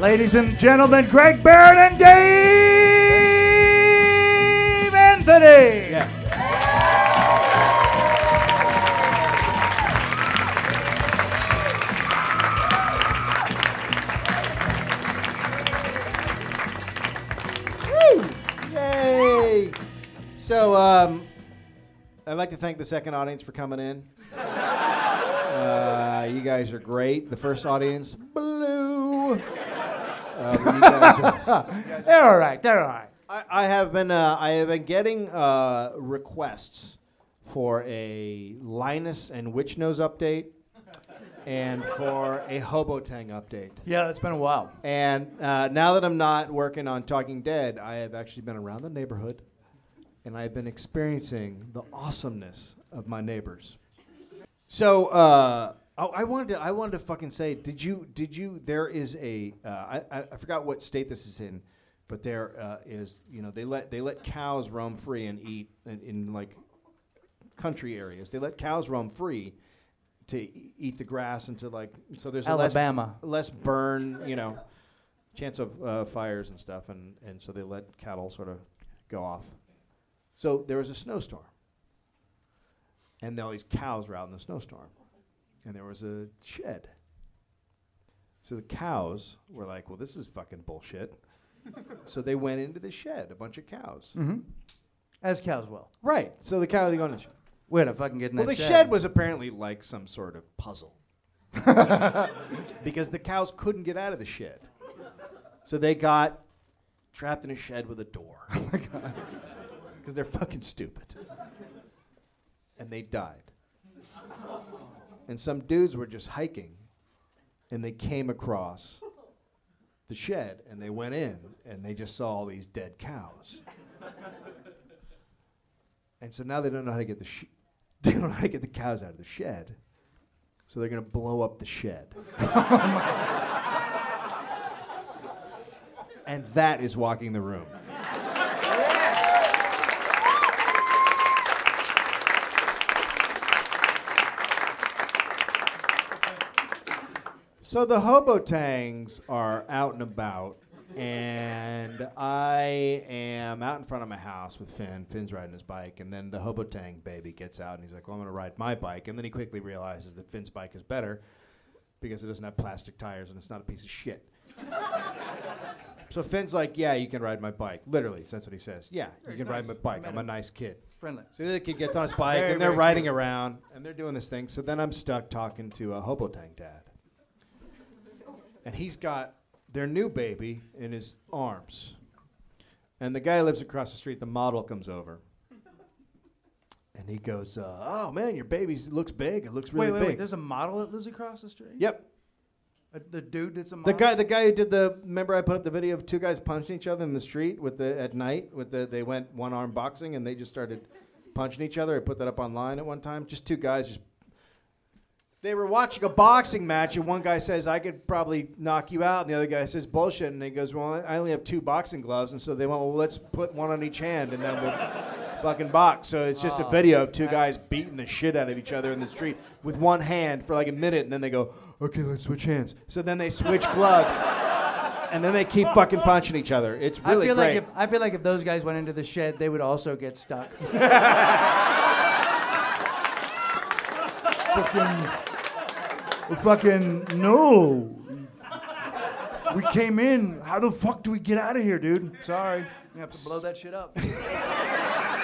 Ladies and gentlemen, Greg Barron and Dave Anthony. Yay! So, um, I'd like to thank the second audience for coming in. Uh, you guys are great. The first audience blew. Uh, but you guys are- They're all right. They're all right. I, I have been uh, I have been getting uh, requests for a Linus and Witch Nose update, and for a Hobotang update. Yeah, it's been a while. And uh, now that I'm not working on Talking Dead, I have actually been around the neighborhood, and I've been experiencing the awesomeness of my neighbors. So uh, oh, I wanted to I wanted to fucking say, did you did you? There is a uh, I, I I forgot what state this is in, but there uh, is you know they let they let cows roam free and eat in, in like country areas. They let cows roam free to e- eat the grass and to like so there's a less- Alabama. less burn, you know, chance of uh, fires and stuff, and, and so they let cattle sort of go off. So there was a snowstorm, and all these cows were out in the snowstorm, and there was a shed. So the cows were like, "Well, this is fucking bullshit." so they went into the shed, a bunch of cows. As cows will. Right. So the cows are going to. Shed. We're gonna fucking get in Well, the that shed. was apparently like some sort of puzzle because the cows couldn't get out of the shed, so they got trapped in a shed with a door Oh because they're fucking stupid, and they died. And some dudes were just hiking, and they came across the shed, and they went in, and they just saw all these dead cows. And so now they don't know how to get the sh- they don't know how to get the cows out of the shed. So they're gonna blow up the shed. and that is walking the room. So the hobotangs are out and about, and I am out in front of my house with Finn. Finn's riding his bike, and then the hobotang baby gets out, and he's like, "Well, I'm gonna ride my bike," and then he quickly realizes that Finn's bike is better because it doesn't have plastic tires and it's not a piece of shit. so Finn's like, "Yeah, you can ride my bike." Literally, that's what he says. Yeah, you he's can nice. ride my bike. Met I'm a him. nice kid. friendly. So the other kid gets on his bike Very, and they're very riding around and they're doing this thing. So then I'm stuck talking to a hobotang dad. And he's got their new baby in his arms. And the guy lives across the street. The model comes over. And he goes, uh, Oh man, your baby looks big. It looks wait, really wait, big. wait. There's a model that lives across the street. yep. Uh, the dude that's a The model. guy, the guy who did the. Remember, I put up the video of two guys punching each other in the street with the at night with the. They went one arm boxing and they just started punching each other. I put that up online at one time. Just two guys just. They were watching a boxing match and one guy says, "I could probably knock you out," and the other guy says, "Bullshit," and he goes, "Well, I only have two boxing gloves," and so they went, "Well, let's put one on each hand and then we'll fucking box." So it's Oh, just a video of two guys beating the shit out of each other in the street with one hand for like a minute, and then they go, "Okay, let's switch hands." So then they switch gloves, and then they keep fucking punching each other. It's I really feel great. like if I feel like if those guys went into the shed, they would also get stuck. fucking, fucking no. We came in. How the fuck do we get out of here, dude? Sorry, you have to blow that shit up. we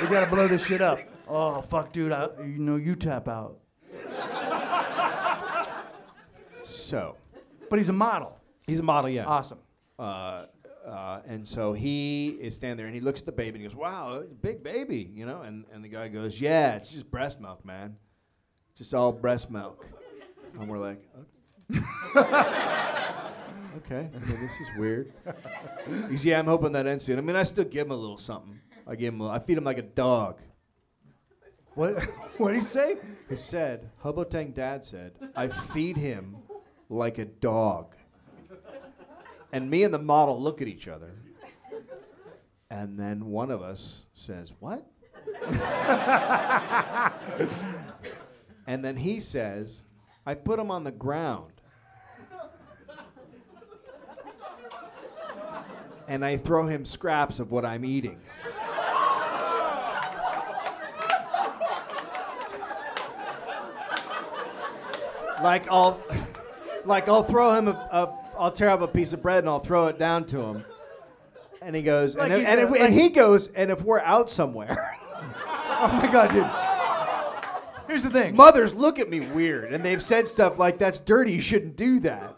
gotta blow this shit up. Oh fuck, dude. I, you know you tap out. so But he's a model. he's a model, yeah. Awesome. uh, uh, and so he is standing there and he looks at the baby and he goes, "Wow, big baby," you know. And and the guy goes, "Yeah, it's just breast milk, man, just all breast milk." And we're like, "Oh." "Okay, okay this is weird." He's, "Yeah, I'm hoping that ends soon. I mean, I still give him a little something. I give him, a, I feed him like a dog." What? What would he say? He said, Hobotang Dad said, I feed him like a dog. And me and the model look at each other. And then one of us says, What? and then he says, I put him on the ground. and I throw him scraps of what I'm eating. like I'll, like I'll throw him a, a, I'll tear up a piece of bread and I'll throw it down to him, and he goes, Like and, if- he's and, a- if, and he goes, and if we're out somewhere, Oh my god, dude. Here's the thing. mothers look at me weird, and they've said stuff like, "That's dirty. You shouldn't do that."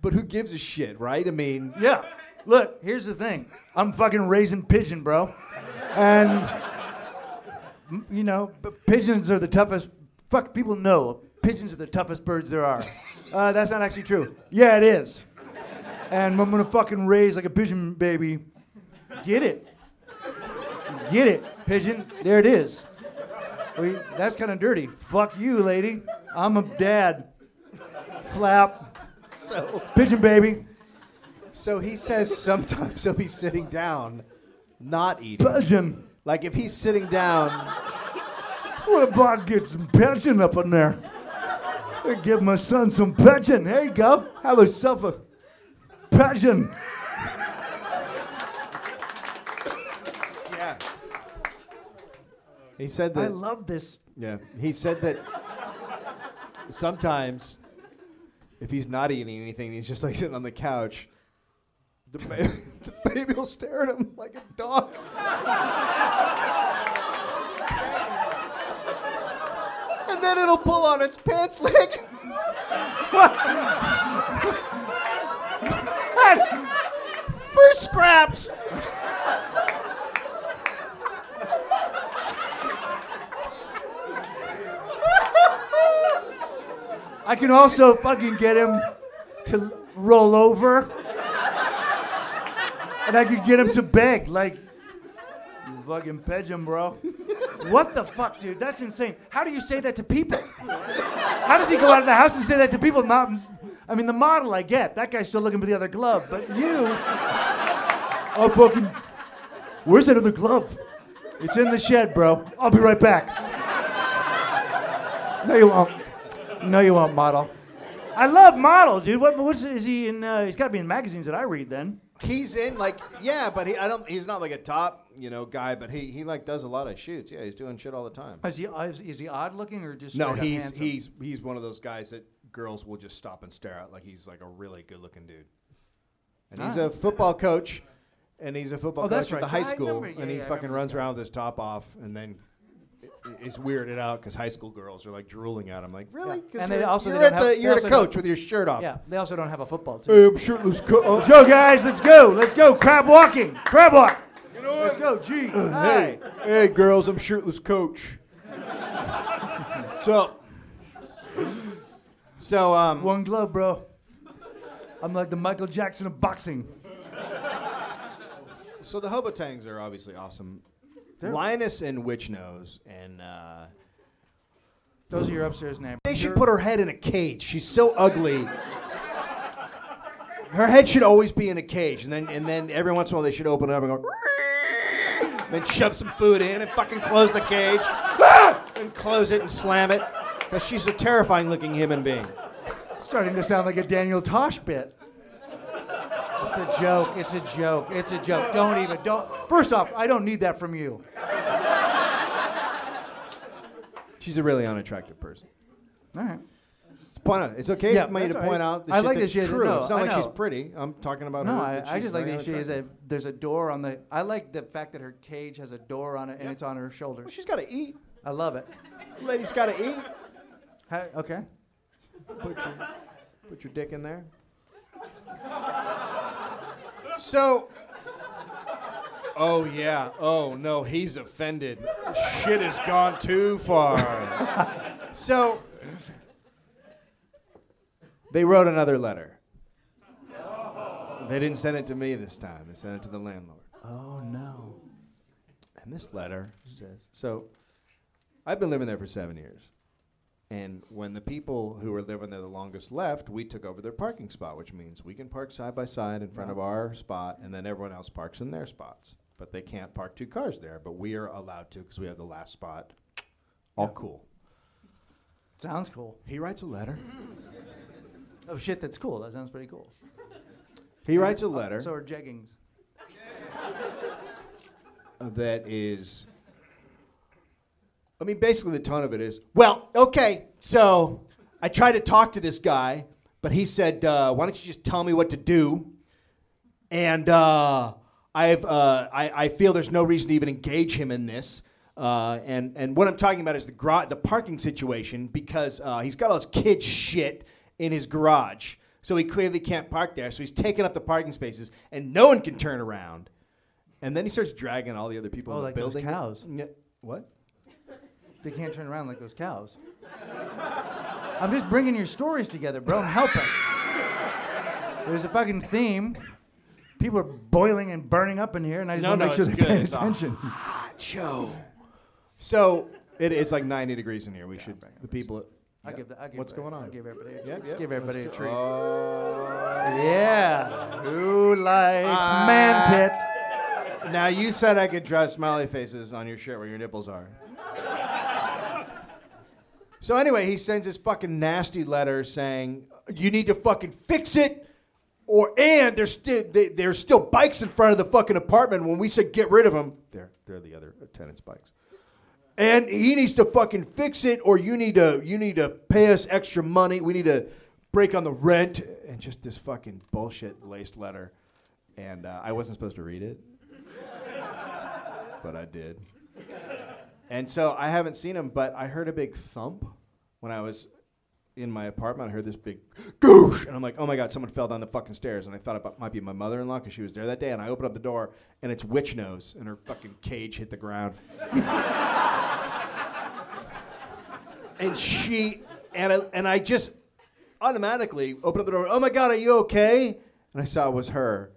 But who gives a shit, right? I mean, Yeah. Look, here's the thing. I'm fucking raising pigeon, bro. And m- you know, p- pigeons are the toughest. Fuck, people know pigeons are the toughest birds there are. Uh, that's not actually true. Yeah, it is. And I'm gonna fucking raise like a pigeon baby. Get it. Get it, pigeon. There it is. We, that's kind of dirty. Fuck you, lady. I'm a dad. Flap. so Pigeon baby. so he says sometimes he'll be sitting down, not eating. Pigeon. Like if he's sitting down, What about get some pension up in there? I give my son some pension. There you go. Have yourself a uh, pension. yeah. He said that. I love this. Yeah, he said that sometimes if he's not eating anything, he's just like sitting on the couch. The, ba- the baby will stare at him like a dog. and then it'll pull on its pants leg. For scraps. I can also fucking get him to l- roll over. And I could get him to beg, like, you fucking pigeon, bro. What the fuck, dude? That's insane. How do you say that to people? How does he go out of the house and say that to people? Not, I mean, the model I get. That guy's still looking for the other glove, but you are fucking. Where's that other glove? It's in the shed, bro. I'll be right back. No, you won't. No, you won't, model. I love model, dude. What, what's is he in? Uh, he's got to be in magazines that I read then. He's in like yeah, but he I don't he's not like a top, you know, guy, but he he like does a lot of shoots. Yeah, he's doing shit all the time. Is he is, is he odd looking or just No, straight up he's handsome? he's he's one of those guys that girls will just stop and stare at like he's like a really good-looking dude. And he's a football coach and he's a football Ah. Oh, that's coach at right. the high Yeah, I school remember- yeah, and he yeah, I fucking remember runs around with his top off and then it- it's weirded out cuz high school girls are like drooling at him like, "Really?" 'Cause And they you're, also- they you're don't at have- the they you're at also a don't- coach with your shirt off. Yeah, they also don't have a football team. Hey, I'm shirtless co- oh, Let's go, guys. Let's go. Let's go. Crab walking. Crab walk. Let's go. G. Hi. Hey, hey, girls, I'm shirtless coach. so, so um, One glove, bro. I'm like the Michael Jackson of boxing. so the Hobotangs are obviously awesome. They're- Linus and Witch Nose, and uh, Those are your upstairs neighbors. they should put her head in a cage. She's so ugly. Her head should always be in a cage, and then and then every once in a while they should open it up and go. Then shove some food in and fucking close the cage, and close it and slam it, because she's a terrifying-looking human being. starting to sound like a Daniel Tosh bit. It's a joke. It's a joke. It's a joke. Don't even. Don't. First off, I don't need that from you. She's a really unattractive person. All right. Point out, it's okay Yeah, for me that's to all right. point out. The I shit like that's that she has a- true. no, it's not I like she's know. pretty. I'm talking about No, her. I, that I she's just like very that she has a. unattractive. There's a door on the. I like the fact that her cage has a door on it and Yeah. it's on her shoulder. She's got to eat. I love it. Lady's got to eat. How, okay. Put your, put your dick in there. So. Oh yeah. Oh no, he's offended. Shit has gone too far. so. They wrote another letter. They didn't send it to me this time. They sent it to the landlord. Oh no. And this letter says So I've been living there for seven years. And when the people who were living there the longest left, we took over their parking spot, which means we can park side by side in front of our spot, and then everyone else parks in their spots. But they can't park two cars there, but we are allowed to because we have the last spot. All cool. Sounds cool. He writes a letter. Oh shit, that's cool. That sounds pretty cool. He writes a letter. So are jeggings. that is. I mean, basically, the tone of it is well, okay, so I tried to talk to this guy, but he said, uh, why don't you just tell me what to do? And uh, I've, uh, I, I feel there's no reason to even engage him in this. Uh, and, and what I'm talking about is the, gra- the parking situation because uh, he's got all his kid shit in his garage. So he clearly can't park there. So he's taking up the parking spaces, and no one can turn around. And then he starts dragging all the other people Oh, in the like those building. cows. Yeah. What? They can't turn around like those cows. I'm just bringing your stories together, bro. I'm helping. There's a fucking theme. People are boiling and burning up in here, and I just No, want to no, make sure it's they're good. paying It's a attention. Joe. So it, it's like 90 degrees in here. We should the people. I'll give the, I'll give What's everybody- going on? I'll give everybody a treat. Yeah, Let's yeah, give let's everybody a do- treat. Oh. Yeah. Who likes Ah. mantit? now you said I could draw smiley faces on your shirt where your nipples are. so anyway, he sends this fucking nasty letter saying you need to fucking fix it, or and there's still they, there's still bikes in front of the fucking apartment. When we said get rid of them, they're they're the other tenants' bikes. and he needs to fucking fix it or you need to you need to pay us extra money we need to break on the rent and just this fucking bullshit laced letter and uh, i wasn't supposed to read it but i did and so i haven't seen him but i heard a big thump when i was in my apartment i heard this big goosh and i'm like oh my god someone fell down the fucking stairs and i thought it bu- might be my mother-in-law because she was there that day and i opened up the door and it's witch nose and her fucking cage hit the ground and she and I, and I just automatically opened up the door. Oh my god, are you okay? And I saw it was her,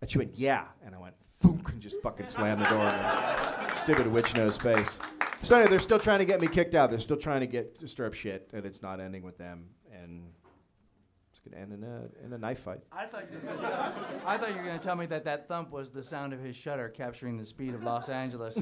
and she went yeah, and I went thunk and just fucking slammed the door. in her Stupid witch nose face. So anyway, they're still trying to get me kicked out. They're still trying to get to stir up shit, and it's not ending with them. And it's gonna end in a in a knife fight. I thought you were gonna tell, I thought you were gonna tell me that that thump was the sound of his shutter capturing the speed of Los Angeles.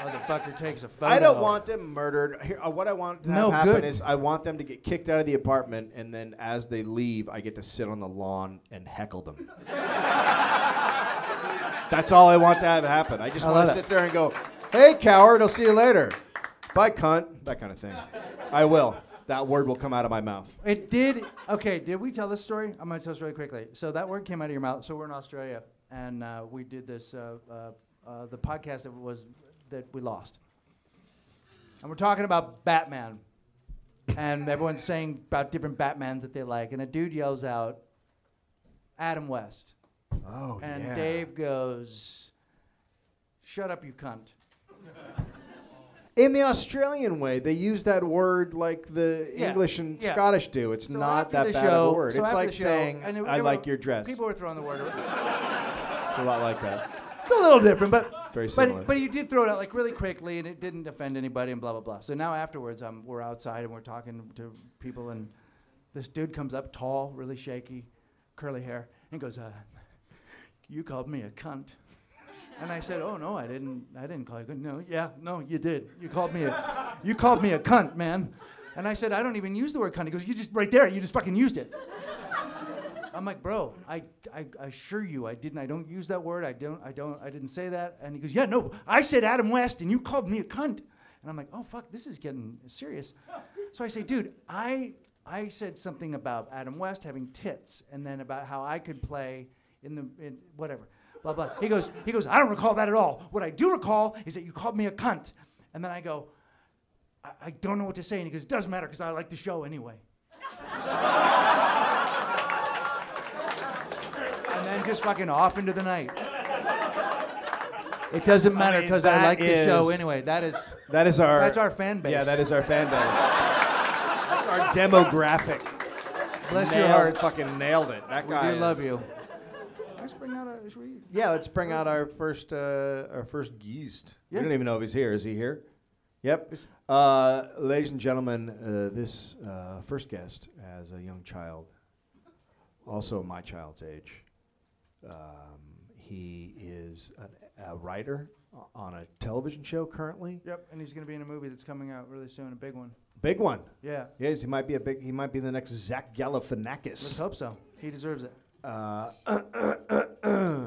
Motherfucker takes a photo. I don't want them murdered. Here, uh, what I want to have No, happen good. is I want them to get kicked out of the apartment, and then as they leave, I get to sit on the lawn and heckle them. That's all I want to have happen. I just I want to love it. sit there and go, "Hey, coward! I'll see you later. Bye, cunt." That kind of thing. I will. That word will come out of my mouth. It did. Okay, did we tell this story? I'm gonna tell this really quickly. So that word came out of your mouth. So we're in Australia, and uh, we did this. Uh, uh, uh, the podcast that was that we lost, and we're talking about Batman, and everyone's saying about different Batmans that they like, and a dude yells out, "Adam West," Oh and Dave goes, "Shut up, you cunt." In the Australian way, they use that word like the Yeah, English and yeah. Scottish do. It's So not after that the bad show- of a word. so it's after like the show- saying, and it- "I everyone- like your dress." People were throwing the word around. a lot like that. It's a little different, but Very similar. but, but you did throw it out like really quickly, and it didn't offend anybody, and blah blah blah. So now afterwards, um, we're outside and we're talking to people, and this dude comes up, tall, really shaky, curly hair, and goes, uh, "You called me a cunt," and I said, "Oh no, I didn't. I didn't call you. a cunt." No, yeah, no, you did. You called me a, you called me a cunt, man." And I said, "I don't even use the word cunt." He goes, "You just right there. You just fucking used it." I'm like, bro, I, I, I assure you, I didn't. I don't use that word. I don't. I don't. I didn't say that. And he goes, yeah, no, I said Adam West, and you called me a cunt. And I'm like, oh fuck, this is getting serious. So I say, dude, I, I said something about Adam West having tits, and then about how I could play in the in whatever, blah blah. He goes, he goes, I don't recall that at all. What I do recall is that you called me a cunt. And then I go, I, I don't know what to say. And he goes, doesn't matter because I like the show anyway. and then just fucking off into the night. It doesn't matter mean, because I, that like the show is- anyway. That is That is our. That's our fan base. Yeah, that is our fan base. That's our demographic. bless your Nailed- hearts. Fucking nailed it. That we guy. do love is- you. Let's bring out a. Should we, Yeah, let's bring out our first uh, our first geist. Yeah. We don't even know if he's here. Is he here? Yep. Uh, ladies and gentlemen, uh, this uh, first guest as a young child, also my child's age. Um, he is an, a writer on a television show currently. yep, and he's going to be in a movie that's coming out really soon, a big one. Big one. Yeah. Yes, he might be a big. He might be the next Zach Let's Galifianakis. hope so. He deserves it. Uh,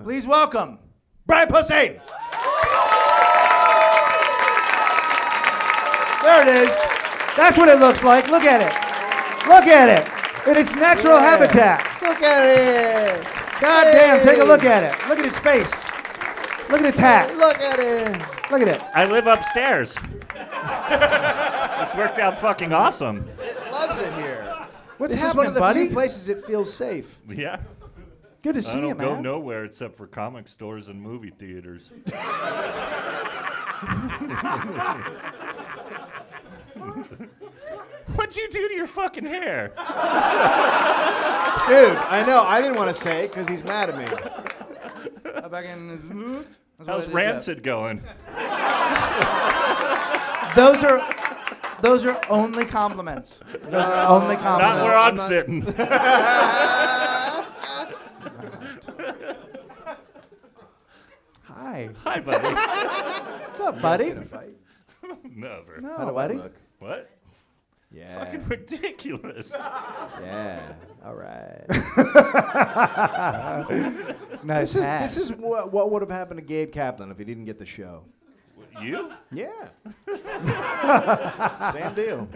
Please welcome. Brian Posehn. There it is. That's what it looks like. Look at it. Look at it. In its natural Yeah. habitat. Look at it. God damn, take a look at it. Look at its face. Look at its hat. Look at it. Look at it. I live upstairs. this worked out fucking awesome. It loves it here. What's This is happening, one of the buddy? few places it feels safe. Yeah. Good to see I you, don't go man. nowhere except for comic stores and movie theaters. What'd you do to your fucking hair? Dude, I know. I didn't want to say it because he's mad at me. Back in his loot. That's what I How's did, yeah. Rancid going? Those are those are only compliments. Those are only Not compliments. where I'm, I'm not- sitting. Hi. Hi, buddy. What's up, buddy? Never. Hello, buddy. What? Yeah. Fucking ridiculous. yeah. All right. Nice This is, hat. this is what, what would have happened to Gabe Kaplan if he didn't get the show. You? Yeah. Same deal.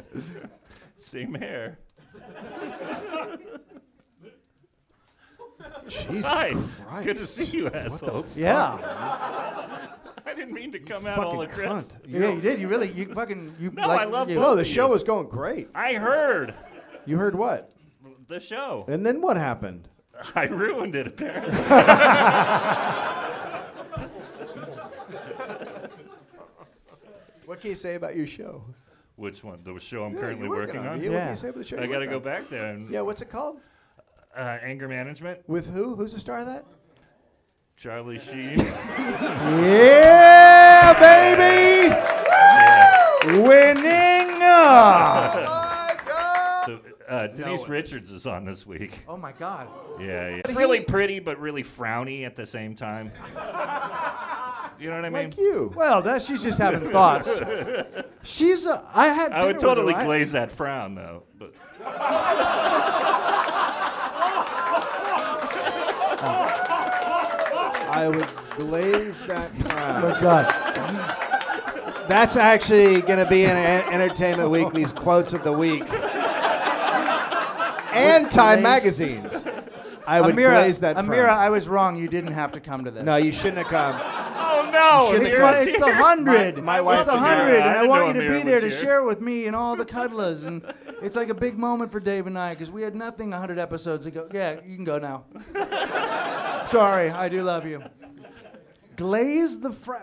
Same hair. Jesus Hi. Christ. Good to see you, assholes. yeah. I didn't mean to come out all Fucking aggressive. cunt. Yeah, you did. You really, you fucking, you No, like, I love you, both. No, the show was going great. I heard You heard what? the show. And then what happened? I ruined it, apparently. What can you say about your show? Which one? The show I'm Yeah, currently you're working, on? Yeah. What can Yeah. you say about the show? I you're got to working go on? back there. And, Yeah, what's it called? uh, anger management. With who? Who's the star of that? Charlie Sheen. yeah, Yeah. baby, winning. uh. Oh, My God! So, uh, Denise Richards is on this week. Oh my God. Yeah, yeah. It's really pretty, but really frowny at the same time. You know what I mean? Like you. Well, that she's just having thoughts. She's. A, I had. I would dinner with her, totally right? glaze that frown, though. But I would glaze that frown. Oh God. That's actually going to be in En- Entertainment Weekly's quotes of the week. and Time glaze- magazines. I would Amira, glaze that Amira, frown. I was wrong. You didn't have to come to this. No, you shouldn't have come. oh no! It's, Amira's one- it's the here. hundred. My- my wife it's the Amira. hundred, I and I didn't want you know to Amira be there to was here. share with me and all the cuddlers, and it's like a big moment for Dave and I because we had nothing hundred episodes ago. Yeah, you can go now. Sorry, I do love you. Glaze the fr.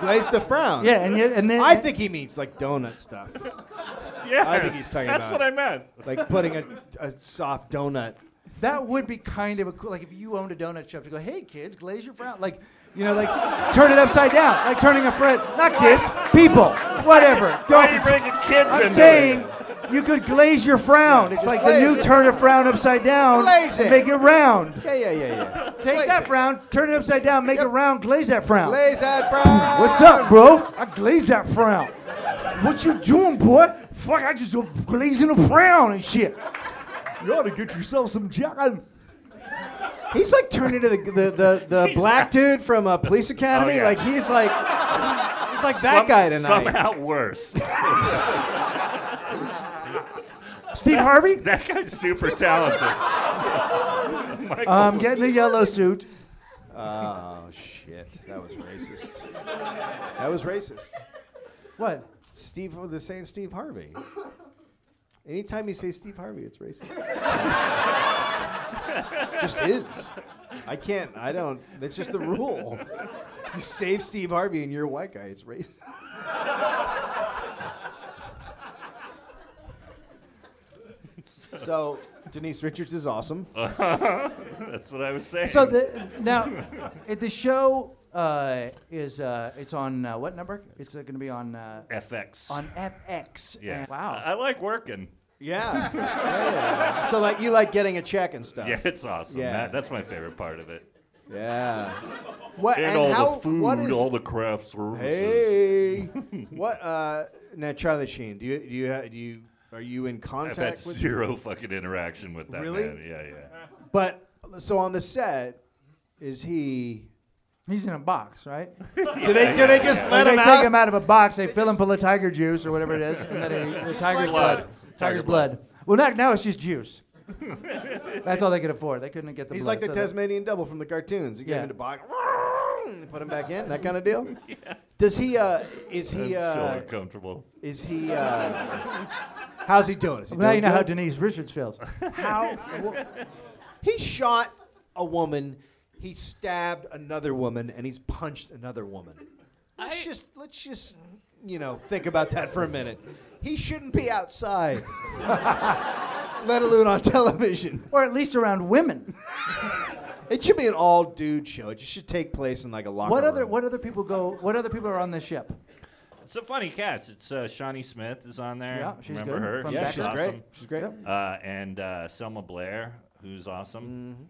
Glaze the frown. Yeah, and yet, and then I think he means like donut stuff, Yeah, I think he's talking That's about- what I meant. like putting a, a soft donut. that would be kind of a cool. Like if you owned a donut shop, to go, hey kids, glaze your frown. Like, you know, like turn it upside down, like turning a friend. Not kids, people, whatever. Why are you Don't. bringing kids I'm into saying it? you could glaze your frown. It's like the glaze new it. turn a frown upside down Glaze and it. make it round. Yeah, yeah, yeah, yeah. Take Glaze that it. frown, turn it upside down, make it round, glaze that frown. Glaze that frown. What's up, bro? I glaze that frown. What you doing, boy? Fuck, I just glazing a frown and shit. You ought to get yourself some job. He's like turned into the the the, the He's black dude from uh, Police Academy. Oh, yeah. Like he's like he's like that Some- guy tonight. Somehow worse. Steve Harvey? That guy's super talented. Michael Um, I'm getting a yellow suit. Oh shit, that was racist. That was racist. What? Steve, oh, they're saying Steve Harvey. Anytime you say Steve Harvey, it's racist. just is. I can't. I don't. That's just the rule. You save Steve Harvey and you're a white guy. It's racist. so Denise Richards is awesome. Uh. That's what I was saying. So the, now, it, the show uh, is uh, it's on uh, what number? It's uh, going to be on uh, FX. on FX. yeah. And- wow. I, I like working. Yeah. Yeah. So like you like getting a check and stuff. Yeah, it's awesome. Yeah. That, that's my favorite part of it. Yeah. What And, and all how, the food, What is, all the craft services. hey, what? Uh, now Charlie Sheen, do you do you ha- do you are you in I've contact had with? zero fucking interaction with that Really? man. Yeah, yeah. But so on the set, is he? He's in a box, right? Do they do they just let they him take out? him out of a box. They fill him full of tiger juice or whatever it is, and then he, the tiger's like blood, the- tiger's blood. Well, not, now it's just juice. That's all they could afford. They couldn't get the. He's blood, like the so they- Tasmanian devil from the cartoons. You get Yeah. him in a box, put him back in, that kind of deal. Does he? Uh, is I'm he? so Uh, uncomfortable. is he? Uh, how's he doing? Is he Now doing you know how good? Denise Richards feels. How? he shot a woman. He stabbed another woman, and he's punched another woman. Let's I- just let's just you know think about that for a minute. He shouldn't be outside, let alone on television. or at least around women. It should be an all dude show. It should take place in like a locker What other room. what other people go? What other people are on this ship? It's a funny cast. It's uh, Shawnee Smith is on there. Yeah, she's Remember good. her? From Yeah, Back she's Up. great. She's great. Yep. Uh, and uh, Selma Blair, who's awesome. Mm-hmm.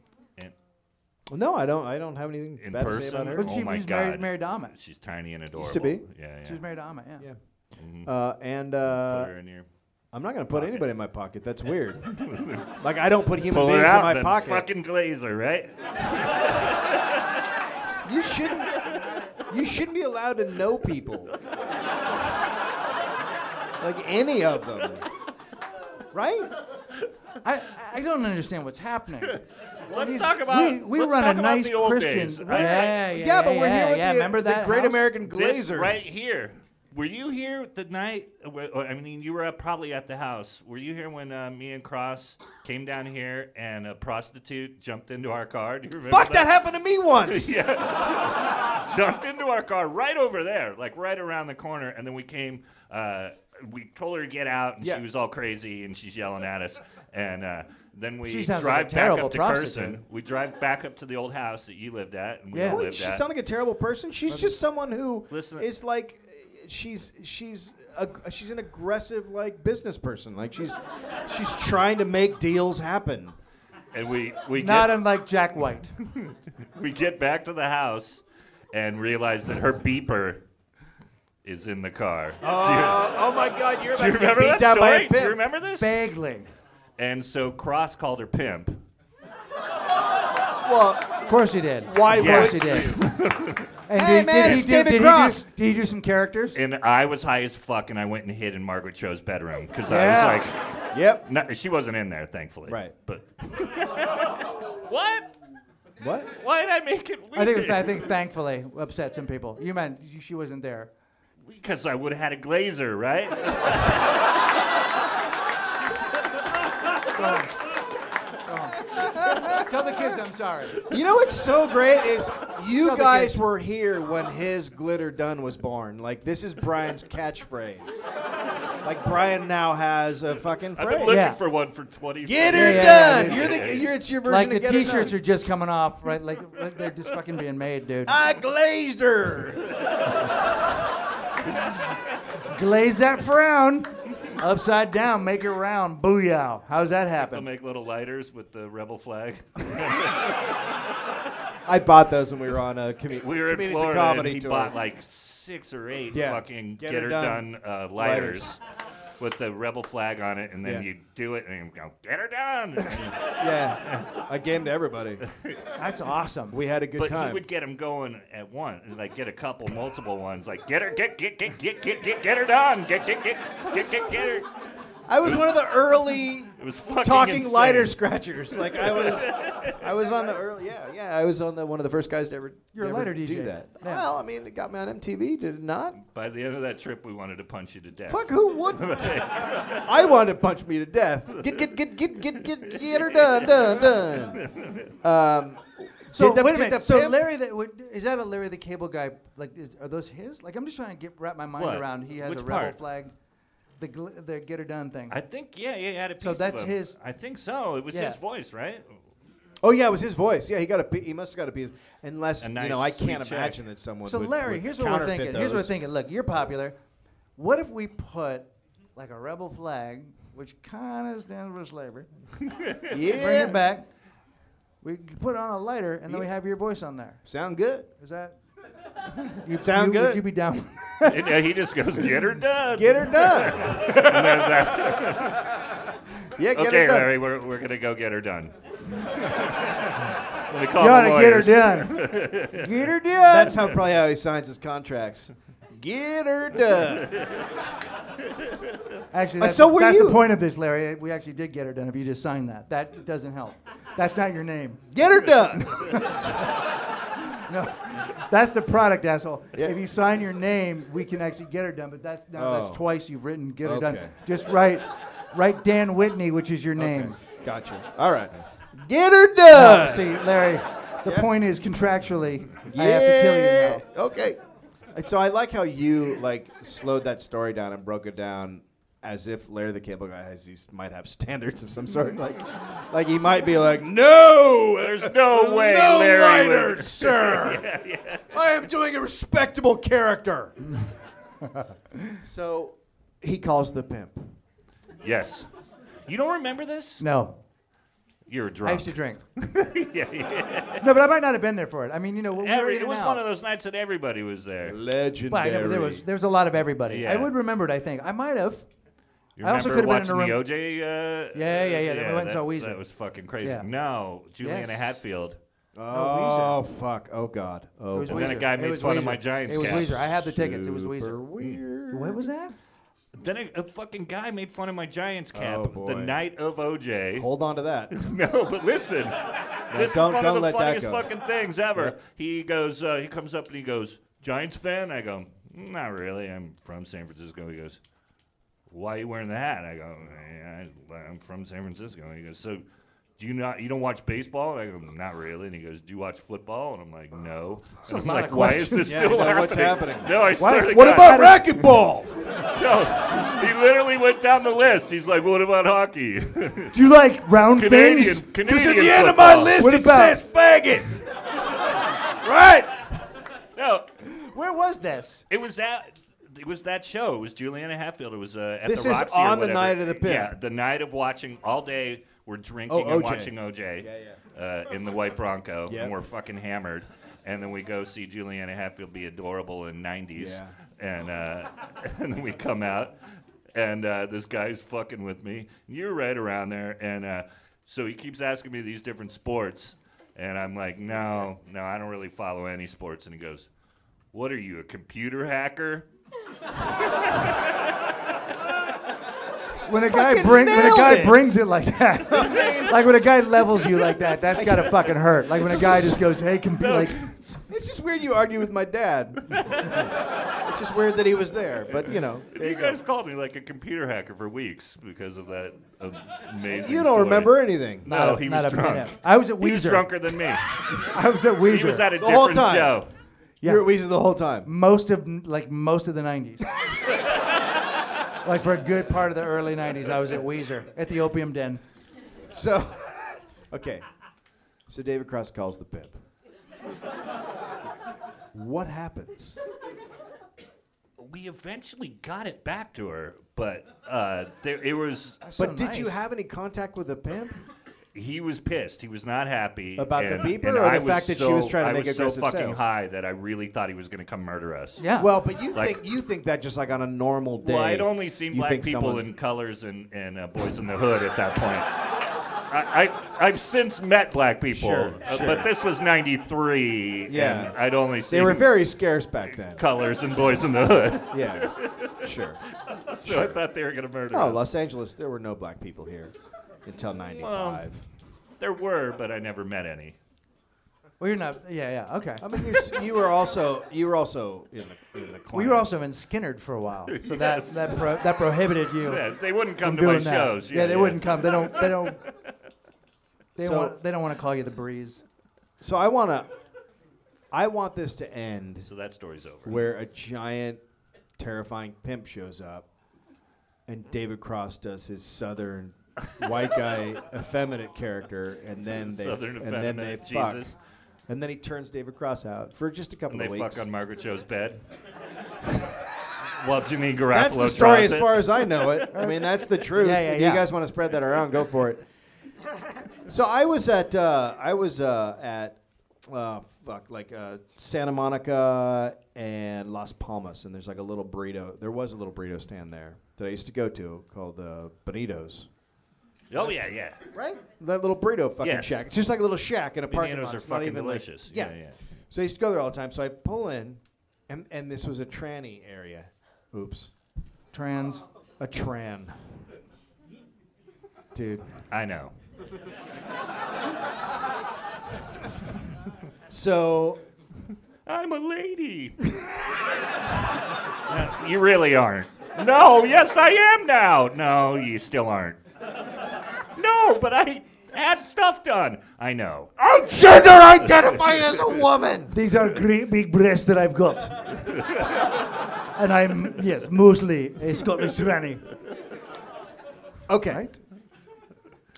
And No, I don't. I don't have anything in bad to say person, about her. Wasn't oh she- my was god, married- married to Ahmed. She's tiny and adorable. Used to be. Yeah, yeah. She was married to Ahmed. Yeah. Yeah. Uh, and Mm-hmm. Put uh, her in your- I'm not gonna put anybody in my pocket. That's weird. like I don't put human Pull beings her out, in my then pocket. fucking glazer, right? You shouldn't. You shouldn't be allowed to know people. like any of them. Right? I, I don't understand what's happening. Let's These- talk about. we, we let's run talk a about nice the old Christian. days. I- Yeah, yeah, Yeah, yeah, but we're yeah, here with yeah. the, Remember the that Great house? American This Glazer. right here. Were you here the night? uh, wh- I mean, you were uh, probably at the house. Were you here when uh, me and Cross came down here and a prostitute jumped into our car? Do you remember Fuck that happened to me once. jumped into our car right over there, like right around the corner, and then we came. Uh, we told her to get out, and Yeah. she was all crazy, and she's yelling at us. And uh, then we She sounds drive like a back terrible up to prostitute. Curson. We drive back up to the old house that you lived at, and we Yeah. all Holy Really, lived she at. sounds like a terrible person. She's just someone who is Listen- like, uh, she's she's ag- she's an aggressive like business person. Like she's she's trying to make deals happen. and we we Not get, unlike Jack White. we get back to the house, and realize that her beeper is in the car. Uh, oh my God, you're do about you, do to get you remember beat that down by a story? Do you pimp. remember this? Vaguely. And so Cross called her pimp. Well, Of course he did. Why Of course he would did. And Hey, man, it's do- David did He Cross. do, did he do some characters? And I was high as fuck, and I went and hid in Margaret Cho's bedroom because Yeah. I was like, Yep. No, she wasn't in there, thankfully. Right. But what? What? Why did I make it weird? I think, it was, I think thankfully upset some people. You meant she wasn't there. because I would have had a glazer, right? Tell the kids I'm sorry. You know what's so great is you Tell the guys kids. were here when his glitter done was born. Like this is Brian's catchphrase. Like Brian now has a fucking I've been phrase. looking Yeah. for one for 20. Get Yeah, her yeah, done. yeah, you're yeah. the you're, it's your version Like of the get T-shirts her are just coming off, right? Like, like they're just fucking being made, dude. done. I glazed her. Glaze that frown upside down, make it round. Booyah! How's that They'll happen? make little lighters with the rebel flag. I bought those when we were on a commu- We were in community Florida, comedy and he tour. bought like six or eight Yeah. fucking Get her get, her done. done, uh, lighters. Lighters. With the rebel flag on it, and then Yeah. you do it, and you go, "Get her done!" And- yeah, I game to everybody. That's awesome. We had a good but time. he would get them going at once, like get a couple, multiple ones, like get her, get get get get get get get her done, get get get get get get her. I was one of the early It was fucking talking insane. lighter scratchers. Like I was, I was on the early. Yeah, yeah. I was on the one of the first guys to ever. You're a ever lighter Do DJ. that. Yeah. Well, I mean, it got me on MTV. Did it not? By the end of that trip, we wanted to punch you to death. Fuck, who wouldn't? I wanted to punch me to death. Get, get, get, get, get, get, get her done, done, done. Um, So did the- wait a did minute. the So pimp- Larry, that would- is that a Larry the Cable Guy? Like, is, are those his? Like, I'm just trying to get wrap my mind What? around. He has Which a rebel part? flag, the gl- the get her done thing. I think yeah, yeah, he had a piece So of that's him. his- I think so. It was Yeah. his voice, right? Oh yeah, it was his voice. Yeah, he got a. pi- He must have got a piece. Unless A nice, you know, I sweet can't check. imagine that someone. so would, Larry, would here's what we're counterfeit thinking. Here's what we're those. thinking. Look, you're popular. What if we put like a rebel flag, which kind of stands for slavery, Yeah. bring it back, We c- put on a lighter, and then we Yeah. have your voice on there. Sound good? Is that? You, Sound you- Would good? you be down? And, uh, he just goes, get her done. Get her done. And that's that. Yeah, get her okay, done. Larry, we're, we're going to go get her done. Let me call You the ought to get her lawyers. done. get her done. That's how probably how he signs his contracts. Get her done. Actually, Uh, that's, so were that's you. the point of this, Larry. We actually did get her done. If you just signed that, that doesn't help. That's not your name. Get her done. No, that's the product, asshole. Yeah. If you sign your name, we can actually get her done. But that's now Oh. that's twice you've written get her Okay. done. Just write, write Dan Whitney, which is your name. Uh, Okay, Gotcha. All right. Get her done. See, Larry, the Yeah. point is contractually, I have to kill you now. Yeah, Okay. And So I like how you like slowed that story down and broke it down as if Larry the Cable Guy has these might have standards of some sort. Like, like he might be like, no, There's no way no Larry lighter, would- sir. I am doing a respectable character. so he calls the pimp. Yes. You don't remember this? No, You're I drunk. used to drink. yeah, yeah. No, but I might not have been there for it. I mean, you know, we were Every, in it and was out. one of those nights that everybody was there. Legendary. Well, I know, but there was there was a lot of everybody. I Yeah. would remember it. I think I might have. You I also remember could have been in watching a room. the OJ? Uh, Yeah, yeah, yeah, that we went and that, saw Weezer. that was fucking crazy. Yeah. No, Juliana Yes. Hatfield. oh fuck! Oh god! Oh, It was And then Weezer. a guy made was fun of Weezer. my Giants It was cap. Weezer. I had the tickets. It was Weezer. Super Weird. What was that? Then a, a fucking guy made fun of my Giants cap Oh, boy. the night of OJ. Hold on to that. No, but listen. this don't- is one don't of the let that funniest go. fucking things ever. He goes, uh, he comes up and he goes, Giants fan? I go, not really. I'm from San Francisco. He goes, why are you wearing the hat? I go, "Yeah, I- I'm from San Francisco. He goes, so do you not, you don't watch baseball? And I go, not really. And he goes, do you watch football? And I'm like, no. And I'm lot like, of why is questions. this Yeah, still you know, happening? what's happening? No, I swear to What God. about racquetball? No, he literally went down the list. He's like, what about hockey? Do you like round Canadian, things? Because Canadian at the end of football. my list, What it about- says faggot. right? No, Where was this? It was that. It was that show. It was Juliana Hatfield. It was uh, at This the is Roxy on or the whatever. night of the pit. Yeah, the night of watching all day. We're drinking Oh, and OJ. watching OJ Uh, in the white Bronco, Yep. and we're fucking hammered. And then we go see Juliana Hatfield be adorable in '90s, Yeah. and uh, and then we come out, and uh, this guy's fucking with me. You're right around there, and uh, so he keeps asking me these different sports, and I'm like, no, no, I don't really follow any sports. And he goes, what are you, a computer hacker? When a guy Fucking bring, when a nailed guy it. brings it like that, like when a guy levels you like that, that's gotta fucking hurt. Like when a guy just goes, "Hey, can be like." It's just weird you argue with my dad. it's just weird that he was there, but you know, there you you go. guys called me like a computer hacker for weeks because of that amazing. You don't story. remember anything. No, Not a- he not was a drunk. minute. I was at He was Weezer. drunker than me. I was at Weezer. He was at a The whole different time. show. Yeah. You were at Weezer the whole time. most of like most of the 90s like for a good part of the early 90s i was at weezer at the opium den So, okay. So David Cross calls the pimp. What happens? We eventually got it back to her, but uh, there, it was. So But did you nice. have any contact with the pimp? He was pissed. He was not happy About the and- beeper and or I the fact that she so- was trying to I make was so aggressive fucking sales? high that I really thought he was going to come murder us. yeah Well, but you Like- think you think that just like on a normal day. Well, I'd only seen you black think people someone- in colors and, and uh, boys in the hood at that point. I, I, I've since met black people, Sure, uh, sure. but this was 93, Yeah. and I'd only They seen were very scarce back then. colors and boys in the hood. Yeah, sure. so I thought they were going to murder No, us. Oh, Los Angeles, there were no black people here until '95. There were, but I never met any. well you're not yeah yeah okay I mean, you're, s- you were also you were also in the in the we clan. were also in Skinnerd for a while, so Yes. that that pro- that prohibited you Yeah, they wouldn't from come to my doing that. shows. Yeah, they wouldn't come. They don't. They don't. They So- want. They don't want to call you the breeze. So I wanna, I want this to end So that story's over. where a giant, terrifying pimp shows up, and David Cross does his southern white guy effeminate character, and then they Southern and then they effeminate fuck, Jesus. and then he turns David Cross out for just a couple And they of weeks. fuck on Margaret Jo's bed. Well, Jimmy Garofalo that's the story as draws it. far as I know it. I mean, that's the truth. Yeah, yeah, if yeah. you guys want to spread that around, go for it. So I was at uh, I was uh, at uh, fuck like uh, Santa Monica and Las Palmas, and there's like a little burrito. There was a little burrito stand there that I used to go to called uh, Benito's. Oh yeah, yeah. Right? That little burrito fucking Yes. shack. It's just like a little shack in a parking Bananas lot. are It's not fucking even like- delicious. yeah. Yeah, yeah. So I used to go there all the time. So I pull in, and and this was a tranny area. Oops, Trans. a tran. Dude. I know. So I'm a lady. No, you really aren't. No, yes, I am now. No, you still aren't. No, but I had stuff done. I know. I gender identify as a woman. These are great big breasts that I've got. and I'm, yes, mostly a Scottish tranny. Okay.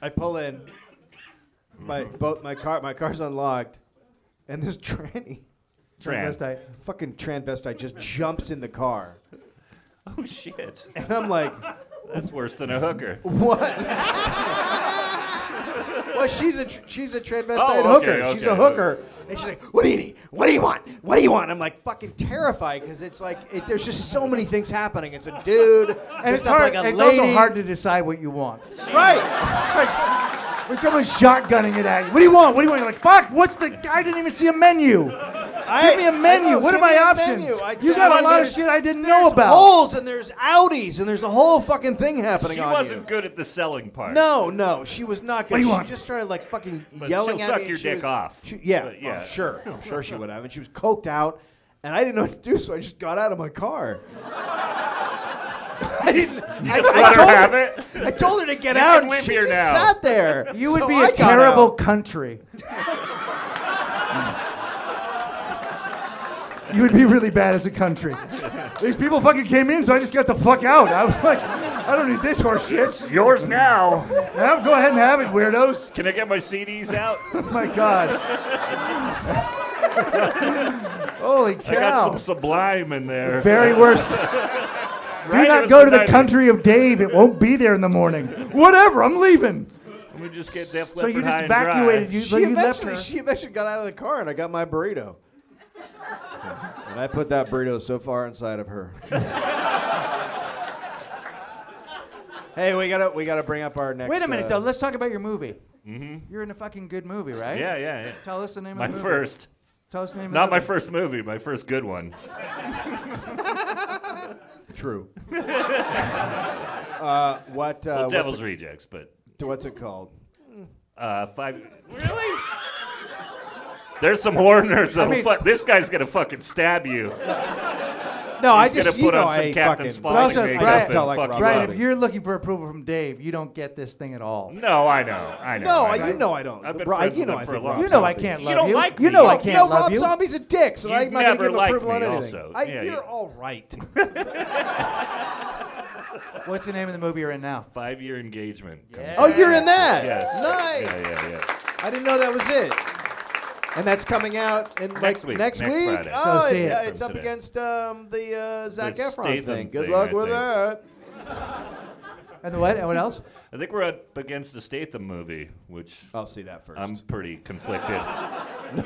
I pull in. My boat, my car, my car's unlocked, and this tranny, Trans. Transvestite. fucking transvestite, just jumps in the car, Oh shit. and I'm like, That's worse than a hooker. what? well, she's a tr- she's a transvestite Oh, okay, hooker. she's a okay. hooker, and she's like, what do you need? What do you want? What do you want? I'm like fucking terrified because it's like it, there's just so many things happening. It's a dude, And it's, dressed hard, up like a it's lady. also hard to decide what you want. right? When someone's shotgunning it at you, what do you want? What do you want? You're like, fuck, what's the, I didn't even see a menu. I- Give me a menu. I know, What are give me my a options? menu. I- You got a I- lot of there's- shit I didn't know there's about. Holes and there's Audis and there's a whole fucking thing happening She on wasn't you. good at the selling part. No, no, she was not good. do you she want? just started like fucking But yelling she'll at suck me. and your she dick was- off. she- yeah, But, yeah. I'm sure. I'm sure she would have. And she was coked out, and I didn't know what to do, so I just got out of my car. I didn't. I, I let her told have her, it? I told her to get You out, can and live she here just now. sat there. You would So be I a got terrible out. country. you would be really bad as a country. These people fucking came in, so I just got the fuck out. I was like, I don't need this horse shit. Yours now. Now go ahead and have it, weirdos. Can I get my CDs out? Oh my god. Holy I got cow. some Sublime in there. Very worst. Do Right? It not was go to the 90s. country of Dave. It won't be there in the morning. Whatever, I'm leaving. Let me just get Def So you Leppard high just and dry. evacuated. You, She you left eventually, her. she eventually got out of the car, and I got my burrito. and I put that burrito so far inside of her. hey, we gotta we gotta bring up our next. Wait a minute, uh, though. Let's talk about your movie. You're in a fucking good movie, right? Mm-hmm. Yeah, yeah, yeah. Tell us the name My of the movie. first. Tell us the name Not of the my movie. first movie, my first good Uh, one. True. uh, what? Uh, Well, what's Devil's it- Rejects, but what's it called? uh, five. Really? There's some horror nerds that'll mean- fuck. This guy's gonna fucking stab you. No, I He's gonna just you put know on I some ain't Captain fucking. Spaulding But also, makeup Brian- and Tell like fuck Rob you Brian, up. if you're looking for approval from Dave, you don't get this thing at all. No, I know, I know. No, I I- you know I don't. I've been Rob- friends you with know him I for a think long Rob You know I Zombie's- can't You love don't you. like you me. know No, I No, can't no, love Rob you. Zombie's a dick, so I You've am not gonna never give him liked approval on me anything. also. I, Yeah, you're you- all right. What's the name of the movie you're in now? Five-year engagement. Yeah. Oh, you're in that. Yes. Nice. Yeah, yeah, yeah. I didn't know that was it. And that's coming out in Next like week. next Next week. Friday. Oh, So it- see it. uh, it's up From today. against um, the uh, Zach The Efron Statham thing. Good thing, luck I with think. that. And the what? And what else? I think we're up against the Statham movie, which I'll see that 1st I'm pretty conflicted.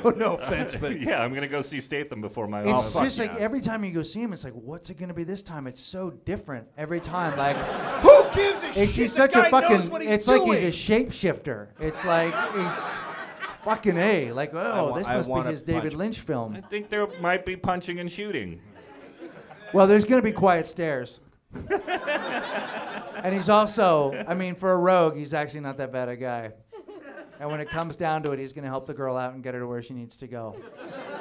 no, no offense, but yeah, I'm gonna go see Statham before my. It's Oh, fuck just like yeah. every time you go see him, it's like, what's it gonna be this time? It's so different every time. Like, who gives a shit? it's, he's The such a guy knows fucking. what he's It's like he's a doing. shapeshifter. It's like he's fucking a. Like, oh, wa- this I must be wanna his David punch- Lynch film. I think there might be punching and shooting. Well, there's going to be quiet stairs. and he's also, I mean, for a rogue, he's actually not that bad a guy. And when it comes down to it, he's going to help the girl out and get her to where she needs to go.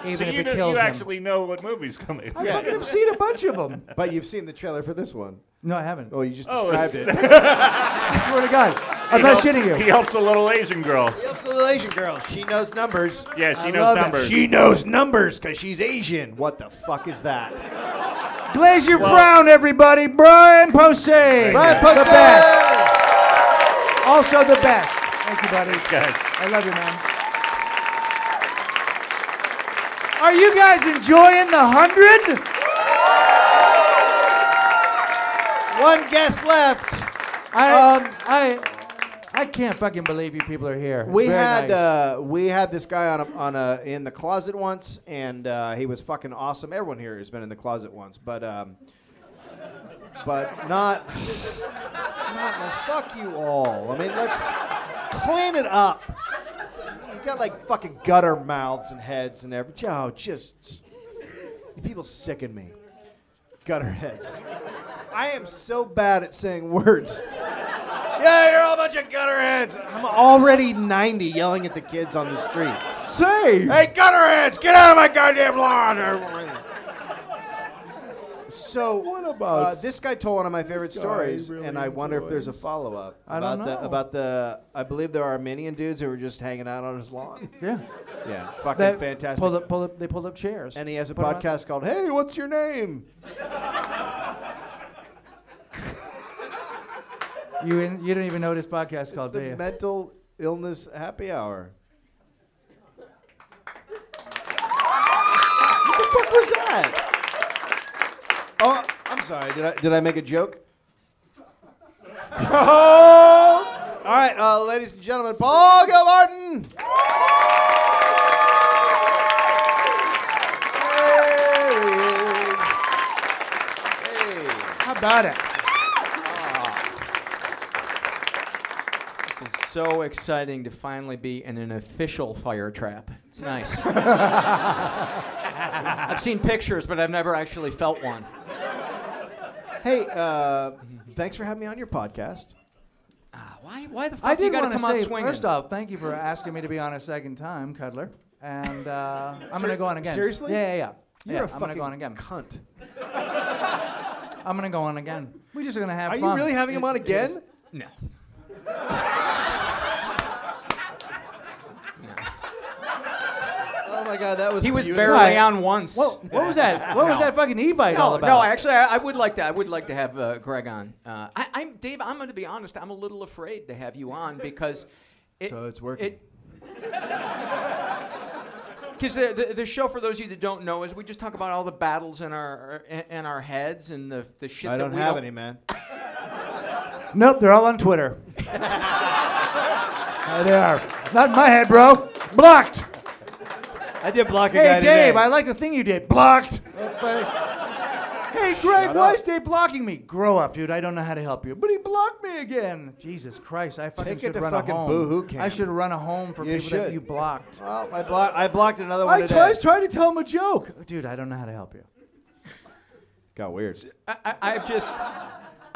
Even so if you, it know, kills you him. actually know what movie's coming. I fucking have seen a bunch of them. But you've seen the trailer for this one. No, I haven't. Oh, you just Oh, described it's- it. I swear to God. I'm He not helps- shitting He you. helps the little Asian girl. Helps the little Asian girl. She knows numbers. Yeah, she I love knows it. numbers. She knows numbers because she's Asian. What the fuck is that? Glaze your Well- frown, everybody. Brian Posey. Brian The Posey! best. Also the best. Thank you, buddy. Guys, I love you, man. Are you guys enjoying the hundred? One guest left. I, Um, I, I can't fucking believe you people are here. We Very had nice. uh, we had this guy on a, on a in the closet once, and uh, he was fucking awesome. Everyone here has been in the closet once, but um, but not, not well, fuck you all. I mean, let's clean it up. You got like fucking gutter mouths and heads and everything. Oh, just you people sicken me. Gutter heads. I am so bad at saying words. Yeah, you're all a bunch of gutterheads. I'm already 90 yelling at the kids on the street. say. Hey, gutterheads, get out of my goddamn lawn! So, What about- uh, this guy told one of my favorite guy stories, really and I wonder if there's a enjoys- follow up I about don't the know. about the. I believe there are Armenian dudes who were just hanging out on his lawn. Yeah. Yeah, fucking They fantastic. Pulled up, pulled up, they pulled up chairs. and he has a Put 'em out. podcast called "Hey, What's Your Name?" You in, you don't even know what his podcast is called, the do Oh, you? mental illness happy hour. what the fuck was that? Oh, I'm sorry. Did I did I make a joke? All right, uh, ladies and gentlemen, Paul Gilmartin. Hey. Hey. How about it? This is so exciting to finally be in an official fire trap. It's nice. I've seen pictures, but I've never actually felt one. Hey, uh, thanks for having me on your podcast. Ah, why, why the fuck I you did gotta want to come out say, swinging? first off, thank you for asking me to be on a second time, Cuddler. And uh, I'm going to go on again. seriously? Yeah, yeah, yeah. You're yeah, a I'm gonna fucking go on again. cunt. I'm gonna go on again. We just gonna have Are fun. you really having him It- on it again? is. no. Oh my god, that was He was beautiful. barely Right. on once. Whoa, what was that? What was No. that fucking e-bite all No, about? no. Actually, I, I would like to. I would like to have uh, Greg on. Uh, I, I'm Dave. I'm going to be honest. I'm a little afraid to have you on because. It, So it's working. because the, the, the show, for those of you that don't know, is we just talk about all the battles in our in, in our heads and the, the shit I that don't we have don't any, man. Nope, they're all on Twitter. Uh, they are. Not in my head, bro. Blocked. I did block a guy Hey, Dave, today. I like the thing you did. Blocked. hey, Greg, Shut why up. is Dave blocking me? Grow up, dude. I don't know how to help you. But he blocked me again. Jesus Christ, I fucking Take it should to run fucking a home. Boo Hoo Camp. I should run a home for You people that should. you blocked. Well, I, blo- I blocked another one I today. twice tried to tell him a joke. Dude, I don't know how to help you. Got weird. I, I- I've just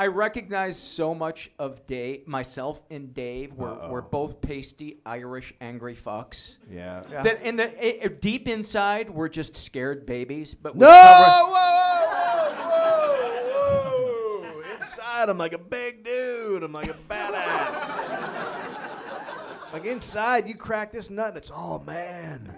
I recognize so much of Dave, myself and Dave. We're, we're both pasty, Irish, angry fucks. Yeah. Yeah. That and the i- i- deep inside, we're just scared babies. But we No! cover- Whoa, whoa, whoa, whoa, whoa! Inside, I'm like a big dude. I'm like a badass. like inside, you crack this nut, and it's all man.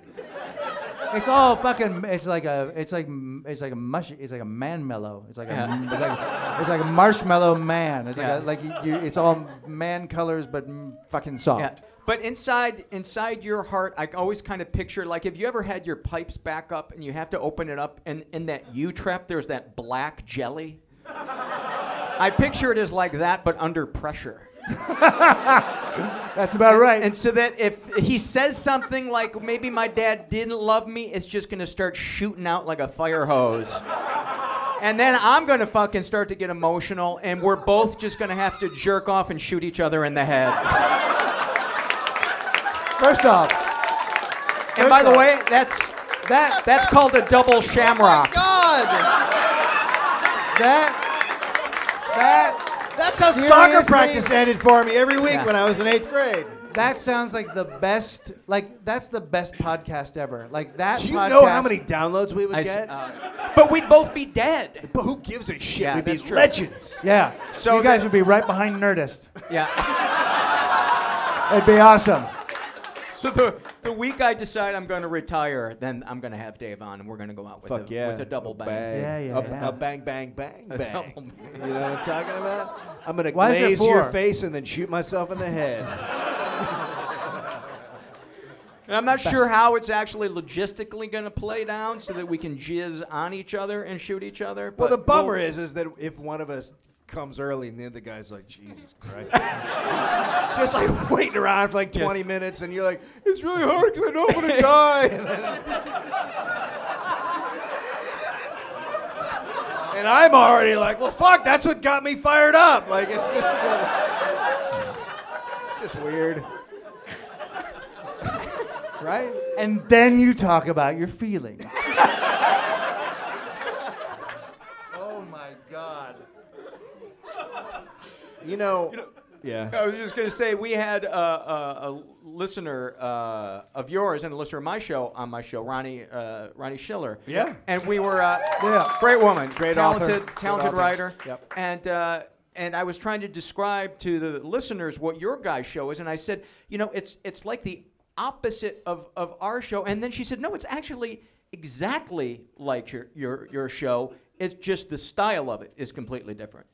It's all fucking. It's like a. It's like. It's like a mushy. It's like a man mellow. It's like a. Yeah. It's like. It's like a marshmallow man. It's Yeah. like a, like you, It's all man colors, but m- fucking soft. Yeah. But inside, inside your heart, I always kind of picture like if you ever had your pipes back up and you have to open it up, and in that U trap, there's that black jelly. I picture it as like that, but under pressure. That's about right. And so that if he says something like maybe my dad didn't love me, it's just gonna start shooting out like a fire hose. And then I'm gonna fucking start to get emotional, and we're both just gonna have to jerk off and shoot each other in the head. First off, And by the way, that's that that's called a double shamrock. Oh God, that. That. that's how soccer Seriously? practice ended for me every week Yeah. when I was in eighth grade. That sounds like the best. Like that's the best podcast ever. Like that. Do you podcast, know how many downloads we would I s- get? uh, but we'd both be dead. but who gives a shit? yeah, We'd be that's true. legends. Yeah. So So you guys the- would be right behind Nerdist. Yeah. It'd be awesome. So the, the week I decide I'm going to retire, then I'm going to have Dave on, and we're going to go out with, a, with a double bang. Yeah, yeah, a, yeah. a bang, bang, bang, bang. double bang. You know what I'm talking about? I'm gonna Why is there glaze your four? face and then shoot myself in the head. And I'm not sure how it's actually logistically going to play down so that we can jizz on each other and shoot each other. well, but the bummer we'll- is, is that if one of us comes early, and the other guy's like, Jesus Christ. Just like waiting around for like 20 minutes, and you're like, it's really hard because I know I'm going to die. And, then- and I'm already like, well, fuck, that's what got me fired up. Like, it's just, uh, it's- it's just weird. right? And then you talk about your feelings. oh my God. You know, yeah. I was just going to say we had a, a, a listener uh, of yours and a listener of my show on my show, Ronnie uh, Ronnie Schiller. Yeah. And we were uh, Yeah. great woman, Great author. talented Good talented author. writer. Yep. And uh, and I was trying to describe to the listeners what your guy's show is, and I said, you know, it's it's like the opposite of of our show. And then she said, no, it's actually exactly like your your your show. It's just the style of it is completely different.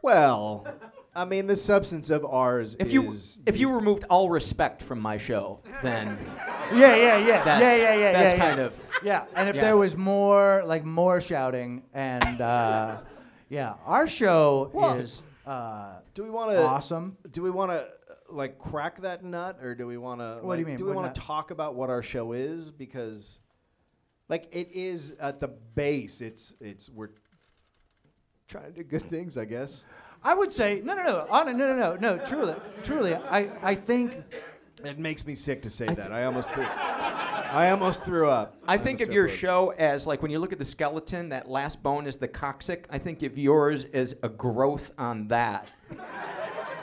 Well, I mean, the substance of ours If is. you if you removed all respect from my show, then Yeah, yeah, yeah. That's- yeah, yeah, yeah. that's yeah, yeah. kind of- Yeah, and if yeah. there was more, like more shouting, and uh, yeah, our show Well, is uh, do we want to awesome. Do we want to like crack that nut, or do we want to? What do you mean? Do we What want nut? to talk about what our show is because, like, it is at the base. It's it's we're trying to do good things, I guess. I would say no, no, no, on, no, no, no, no. Truly, truly, I, I think It makes me sick to say that. I almost threw, I almost threw up. I think almost of your threw up. show as like when you look at the skeleton, that last bone is the coccyx. I think of yours as a growth on that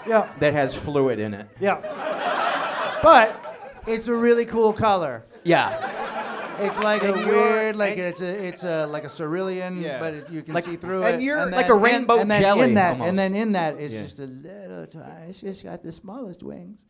yeah, that has fluid in it. yeah. But it's a really cool color. Yeah, It's like a And you're- weird, like and- it's a, it's a like a cerulean, Yeah. but it, you can Like- see through and it. you're- Like a rainbow and then jelly In that, almost. and then in that, it's Yeah. just a little tiny. She's got the smallest wings.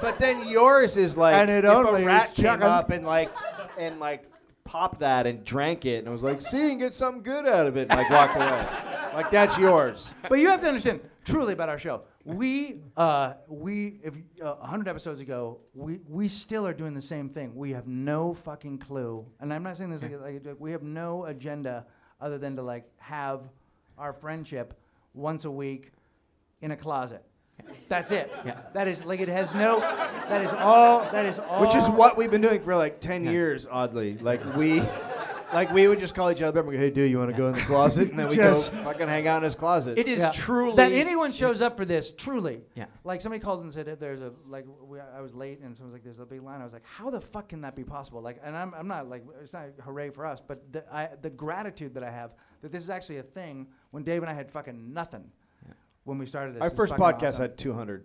But then yours is like And it if only a is rat came chicken. up and like and like popped that and drank it and was like, see, you can get something good out of it, and like walked away. Like that's yours. But you have to understand truly about our show. We uh, we if uh, 100 episodes ago, we we still are doing the same thing. We have no fucking clue. And I'm not saying this like, like we have no agenda other than to like have our friendship once a week in a closet. That's it. Yeah. That is like it has no that is all that is all Which is what we've been doing for like ten years, oddly. Like we, like we would just call each other up and go, "Hey, dude, you want to go in the closet?" And then we Just- go fucking hang out in his closet. it is truly. that anyone shows up for this truly Yeah. like somebody called and said eh, there's a like we, i was late and someone's like there's a big line i was like how the fuck can that be possible like and i'm, I'm not like it's not hooray for us but the, I, the gratitude that i have that this is actually a thing when dave and i had fucking nothing when we started this Our is first fucking podcast awesome. had two hundred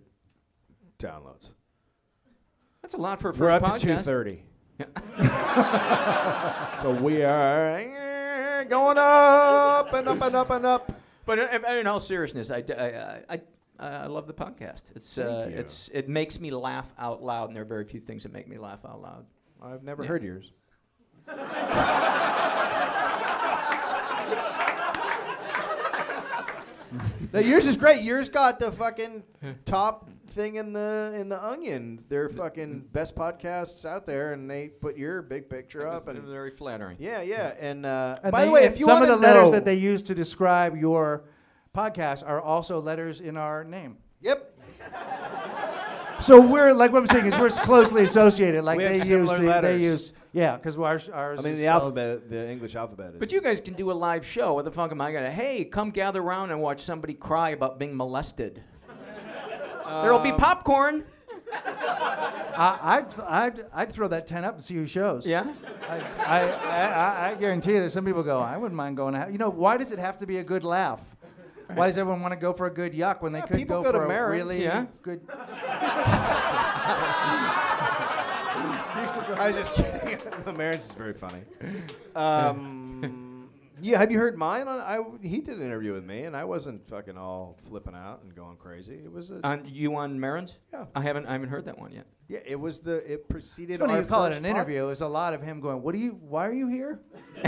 downloads. That's a lot for a 1st We're up podcast. to two thirty. so we are eh, going up and up and up and up. But in, in- in all seriousness, I, d- I- I- I- I love the podcast. It's uh, you. it's it makes me laugh out loud, and there are very few things that make me laugh out loud. I've never Yeah. heard yours. now, yours is great. Yours got the fucking top thing in the in the onion. They're fucking best podcasts out there, and they put your big picture up. It's And very flattering. yeah, yeah. And, uh, And by they- the way, and if you some want of to the letters know, that they use to describe your podcast are also letters in our name yep, So we're like what I'm saying is we're closely associated. Like We have they use similar the, letters. they use yeah because ours ours. I mean is the spelled- alphabet, the English alphabet. Is But you guys can do a live show. What the fuck am I gonna? Hey, come gather around and watch somebody cry about being molested. There'll be popcorn. I, I'd, I'd I'd throw that ten up and see who shows. Yeah. I, I, I, I- I guarantee you that some people go I wouldn't mind going out. You know why does it have to be a good laugh? Why does everyone want to go for a good yuck when they Yeah, could people go, go to for a Marin's. really Yeah. good? I was just kidding. the marriage is very funny. Um, yeah, have you heard mine? On, I he did an interview with me, and I wasn't fucking all flipping out and going crazy. It was a, On you on Marin's? Yeah. I haven't I haven't heard that one yet. yeah, it was the it preceded. It's funny our you call it first an pod- interview. It's a lot of him going. What do you? Why are you here?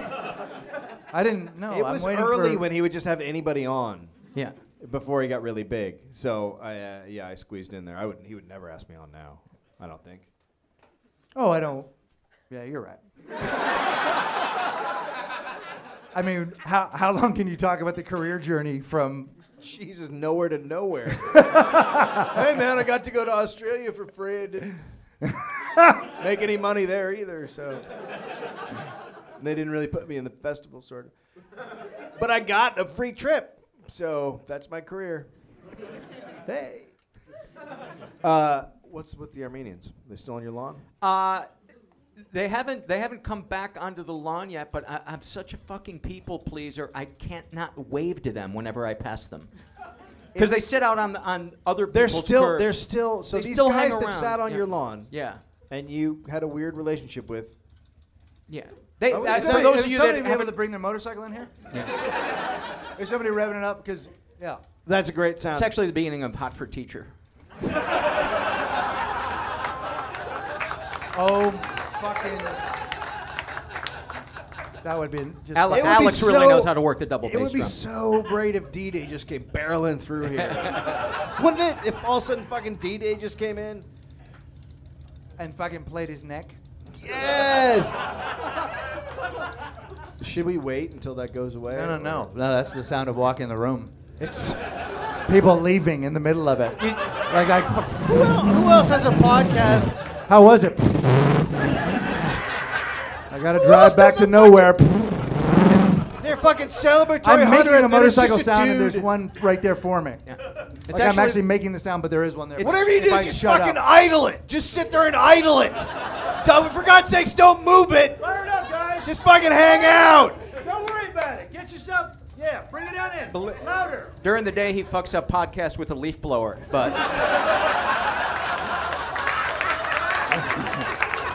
I didn't know. It I'm was waiting early for, when he would just have anybody on Yeah. before he got really big. So I uh, yeah, I squeezed in there. I would he would never ask me on now. I don't think. Oh, I don't. Yeah, you're right. I mean, how, how long can you talk about the career journey from Jesus, nowhere to nowhere. hey man, I got to go to Australia for free. I didn't make any money there either, so they didn't really put me in the festival, sort of. But I got a free trip, so that's my career. Hey, uh, what's with the Armenians? they still on your lawn? Uh, they haven't they haven't come back onto the lawn yet, but I, I'm such a fucking people pleaser. I can't not wave to them whenever I pass them, because they sit out on the, on other. They're people's still, curbs. they're still. So They these still hang guys that around, sat on yeah. your lawn yeah, and you had a weird relationship with. yeah. They, Oh, uh, is for somebody- those is of you somebody that been able haven't, to bring their motorcycle in here? yeah. Is somebody revving it up? Because yeah, That's a great sound. it's Uh, actually the beginning of Hot for Teacher. oh, fucking. That would be just. Ale- It would be Alex really so- knows how to work the double It would bass be drum. so great if D Day just came barreling through here. Wouldn't it? If all of a sudden fucking D Day just came in? and fucking played his neck. Yes! Should we wait until that goes away? No, no, no, no. That's the sound of walking the room. It's, People leaving in the middle of it. like, like, who, el- who else has a podcast? how was it? I gotta Who else drive back to doesn't nowhere. They're fucking celebratory. I'm making 100th, a and it's just motorcycle a sound, and there's dude. one right there for me. It's Like I'm actually making the sound, but there is one there. It's- Whatever you If do, I just shut fucking up. idle it. Just sit there and idle it. Don't- For God's sakes, don't move it. Fire it up, guys. Just fucking hang out. Don't worry about it. Get yourself. Yeah, bring it on in. Bel- Louder. During the day, he fucks up podcasts with a leaf blower, but.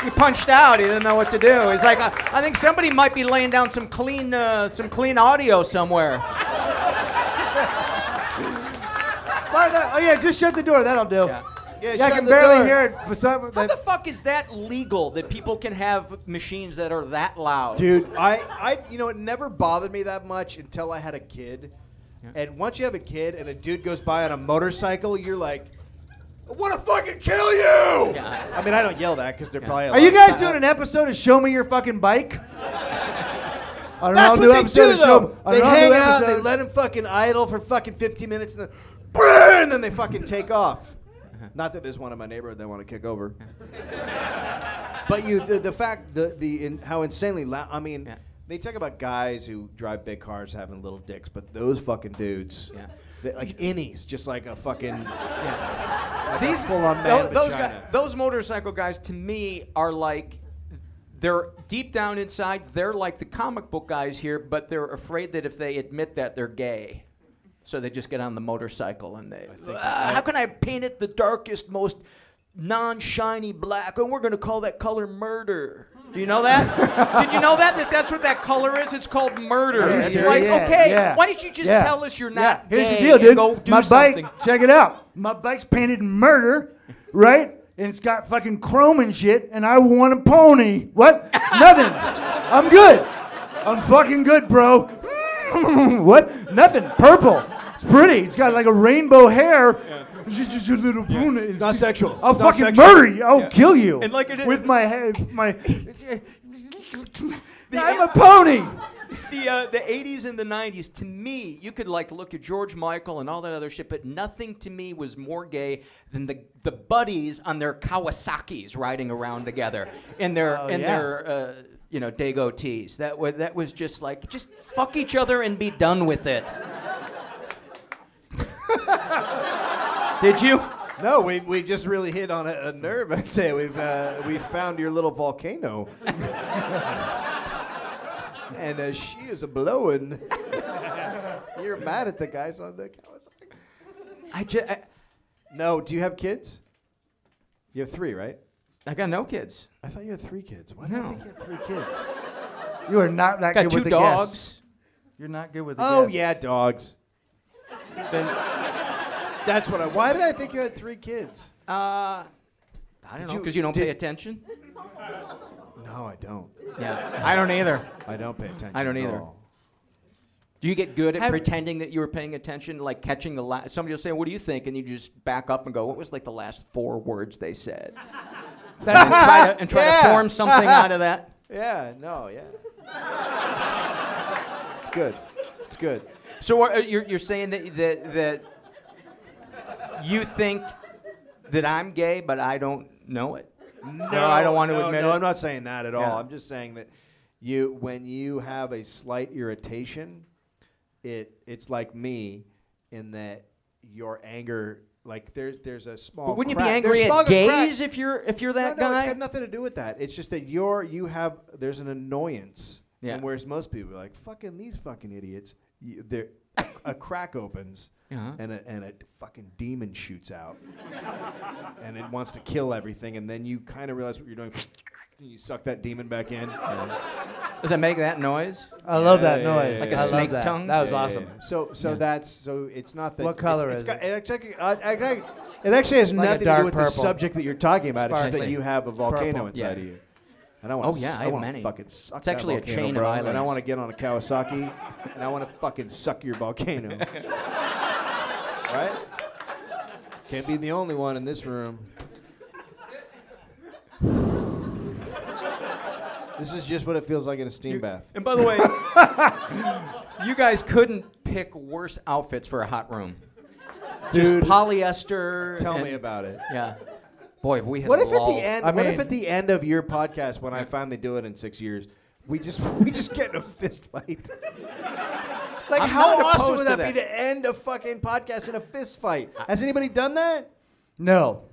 He punched out. He didn't know what to do. He's like, I, I think somebody might be laying down some clean, uh, some clean audio somewhere. Fire that. Oh yeah, just shut the door. That'll do. Yeah. Yeah, Yeah, I shut can the barely door. hear it. Beside, How the fuck is that legal that people can have machines that are that loud? Dude, I, I, you know, it never bothered me that much until I had a kid. And once you have a kid and a dude goes by on a motorcycle, you're like, I want to fucking kill you! Yeah. I mean, I don't yell that because they're probably. Are you guys doing an episode of Show Me Your Fucking Bike? I don't know. I'll That's do what they do episode of Show. though. I They don't know, I'll hang do out, they episode- let him fucking idle for fucking 15 minutes, and then, "Brrr," and then they fucking take off. Not that there's one in my neighborhood they want to kick over. but you, the, the fact, the the in, how insanely loud. I mean, Yeah. they talk about guys who drive big cars having little dicks, but those fucking dudes, Yeah. they- like innies, just like a fucking These full-on man tho- those, vagina. guys, those motorcycle guys to me are like they're deep down inside they're like the comic book guys here, but they're afraid that if they admit that they're gay, so they just get on the motorcycle and they "Ah, how can I paint it the darkest most non-shiny black and we're going to call that color murder. Do you know that? Did you know that? that that's what that color is? It's called murder. Are you It's serious? like, Yeah, okay, yeah, why don't you just yeah, tell us you're yeah. not Here's gay the deal, and dude. go do My something? bike. Check it out. My bike's painted murder, right? And it's got fucking chrome and shit. And I want a pony. What? Nothing. I'm good. I'm fucking good, bro. what? Nothing. Purple. It's pretty. It's got like a rainbow hair. It's just, just a little pony. It's Not just- sexual. I'll Not fucking sexual. murder you. I'll kill you. And like it is- with my head, my. I'm a pony. the uh, the 80s and the 90s to me you could like look at george michael and all that other shit but nothing to me was more gay than the the buddies on their kawasaki's riding around together in their Oh, in yeah. their uh, you know dago tees that was that was just like just fuck each other and be done with it did you No, we, we just really hit on a, a nerve. I'd say we've uh, we found your little volcano, and uh, she is a blowing. You're mad at the guys on the Kawasaki. i just I, No, do you have kids? You have three, right? I got no kids I thought you had three kids. Why did No. I think you had three kids? You are not that got good two with the dogs guests. You're not good with the Oh guests. yeah, dogs. Then, That's what I. Why did I think you had three kids? uh, i don't know you- because you don't did- pay attention No, I don't. yeah i don't either I don't pay attention. I don't at either. all. Do you get good at Have- pretending that you were paying attention, like catching the last? Somebody will say, "What do you think?" and you just back up and go, "What was like the last four words they said?" That's and try, to, and try to Yeah. form something out of that. Yeah. No. Yeah. It's good. It's good. So are, you're, you're saying that, that that you think that I'm gay, but I don't know it. No, I don't want to no, admit no, it. I'm not saying that at all. Yeah. I'm just saying that you, when you have a slight irritation, it it's like me in that your anger, like there's there's a small. But wouldn't you crack- be there's angry small at crack- gays if you're if you're No, that no, guy? it's got nothing to do with that. It's just that you're you have there's an annoyance, Yeah. and whereas most people are like fucking these fucking idiots, you, they're, a, a crack opens Uh-huh. and a, and a fucking demon shoots out, and it wants to kill everything, and then you kind of realize what you're doing. and You suck that demon back in. and- Does it make that noise? I love that yeah, yeah, noise. yeah, Like a I love snake that. tongue? That was Yeah, yeah, awesome. yeah. So so that's so it's not that. What it's- color it's is got- it? It actually, uh, it actually- it actually has Like a nothing to dark do with the purple. subject that you're talking about. It's just that Sparkly. you have a volcano Purple. inside Yeah. of you. And I want Oh, yeah, I I, have want many. to fucking suck It's that actually a volcano, chain of bro. And I islands. want to get on a Kawasaki, and I want to fucking suck your volcano. right? Can't be the only one in this room. this is just what it feels like in a steam bath. And by the way, you guys couldn't pick worse outfits for a hot room. Dude, Polyester. tell and- me about it. Yeah. Boy, we had What if at lol. the end? I what if mean- at the end of your podcast, when I finally do it in six years, we just we just get in a fist fight? like, I'm how not awesome opposed would to that, be that. to end a fucking podcast in a fist fight? Has anybody done that? No.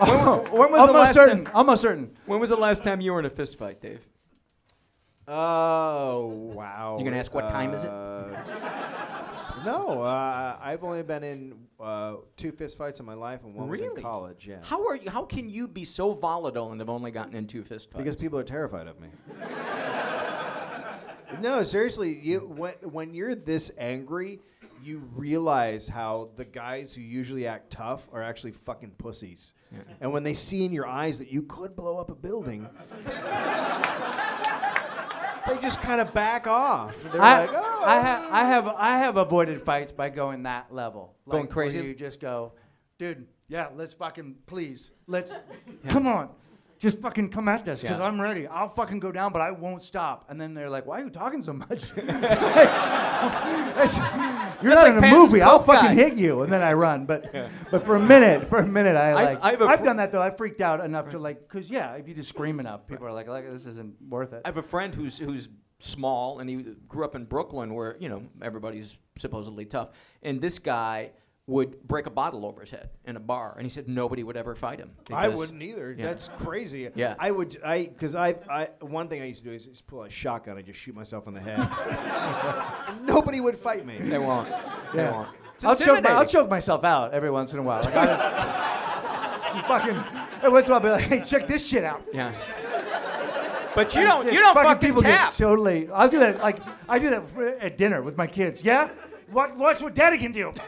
When was the last Almost certain. Time, Almost certain. when was the last time you were in a fist fight, Dave? Oh wow! You gonna ask what time is it? it? No, uh, I've only been in uh, two fist fights in my life, and one was Really? in college. Yeah, How are you? How can you be so volatile and have only gotten in two fist fights? Because people are terrified of me. no, seriously, you when, when you're this angry, you realize how the guys who usually act tough are actually fucking pussies. And when they see in your eyes that you could blow up a building, they just kind of back off. They're I, like, oh. I, ha- I have I have avoided fights by going that level. Like Going crazy? Where you just go, dude. Yeah, let's fucking please. Let's come on. Just fucking come at this because Yeah. I'm ready. I'll fucking go down, but I won't stop. And then they're like, "Why are you talking so much? You're not in a Patton's movie. I'll Coke fucking guy. hit you." And then I run. But but for a minute, for a minute, I I- like. I I, have a have fr- done that though. I freaked out enough to like, cause yeah, if you just scream enough, people are like, like, this isn't worth it. I have a friend who's who's small and he grew up in Brooklyn where, you know, everybody's supposedly tough. And this guy would break a bottle over his head in a bar and he said nobody would ever fight him. I because- wouldn't either. Yeah. That's crazy. Yeah. I would. I because I, I one thing I used to do is just pull a shotgun and just shoot myself in the head. Nobody would fight me. They won't. They Yeah. won't. It's I'll choke, my, I'll intimidating. choke myself out every once in a while. Like, I don't- just fucking, every once in a while, I'll be like, hey, check this shit out. Yeah. But you don't Fucking you don't fucking, people get tap. totally. I'll do that. Like I do that for- at dinner with my kids. Yeah, watch, watch what daddy can do.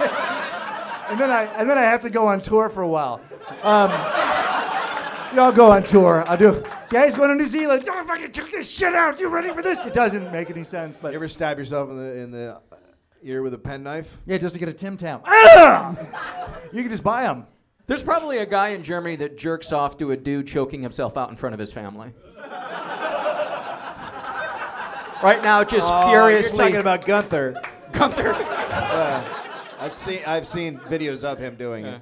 and then I and then I have to go on tour for a while. Um, you know, I'll go on tour. I'll do. Daddy's going to New Zealand. Don't fucking check this shit out. You ready for this? It doesn't make any sense, but You ever stab yourself in the in the ear with a penknife? yeah, just to get a Tim Tam. Ah! you can just buy them. There's probably a guy in Germany that jerks off to a dude choking himself out in front of his family. right now just furiously You're talking about Gunther. Gunther. I've seen I've seen videos of him doing it.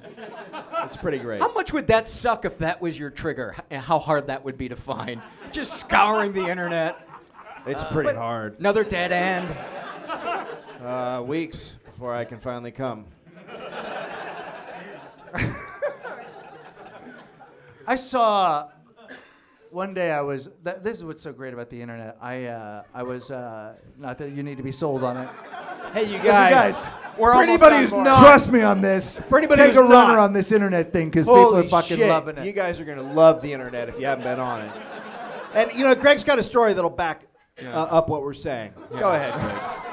It's pretty great. How much would that suck if that was your trigger? H- And how hard that would be to find? Just scouring the internet. It's pretty hard. Another dead end. Uh, weeks before I can finally come. I saw one day I was. Th- this is what's so great about the internet. I uh, I was uh, not that you need to be sold on it. Hey, you guys, guys. we're for almost anybody on who's board. not, trust me on this. For anybody take who's a runner not- on this internet thing because people holy are fucking shit, loving it. you guys are gonna love the internet if you haven't been on it. And you know, Greg's got a story that'll back uh, up what we're saying. Go ahead, Greg.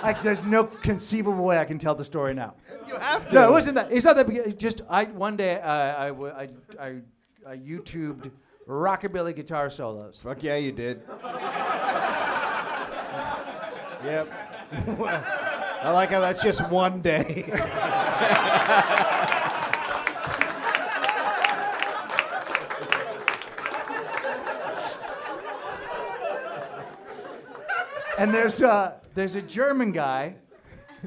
I, there's no conceivable way I can tell the story now. You have to. No, it wasn't that. It's not that. big- It's just I one day uh, I, w- I, I, I YouTubed rockabilly guitar solos. Fuck yeah, you did. yep. I like how that's just one day. and there's uh, there's a German guy,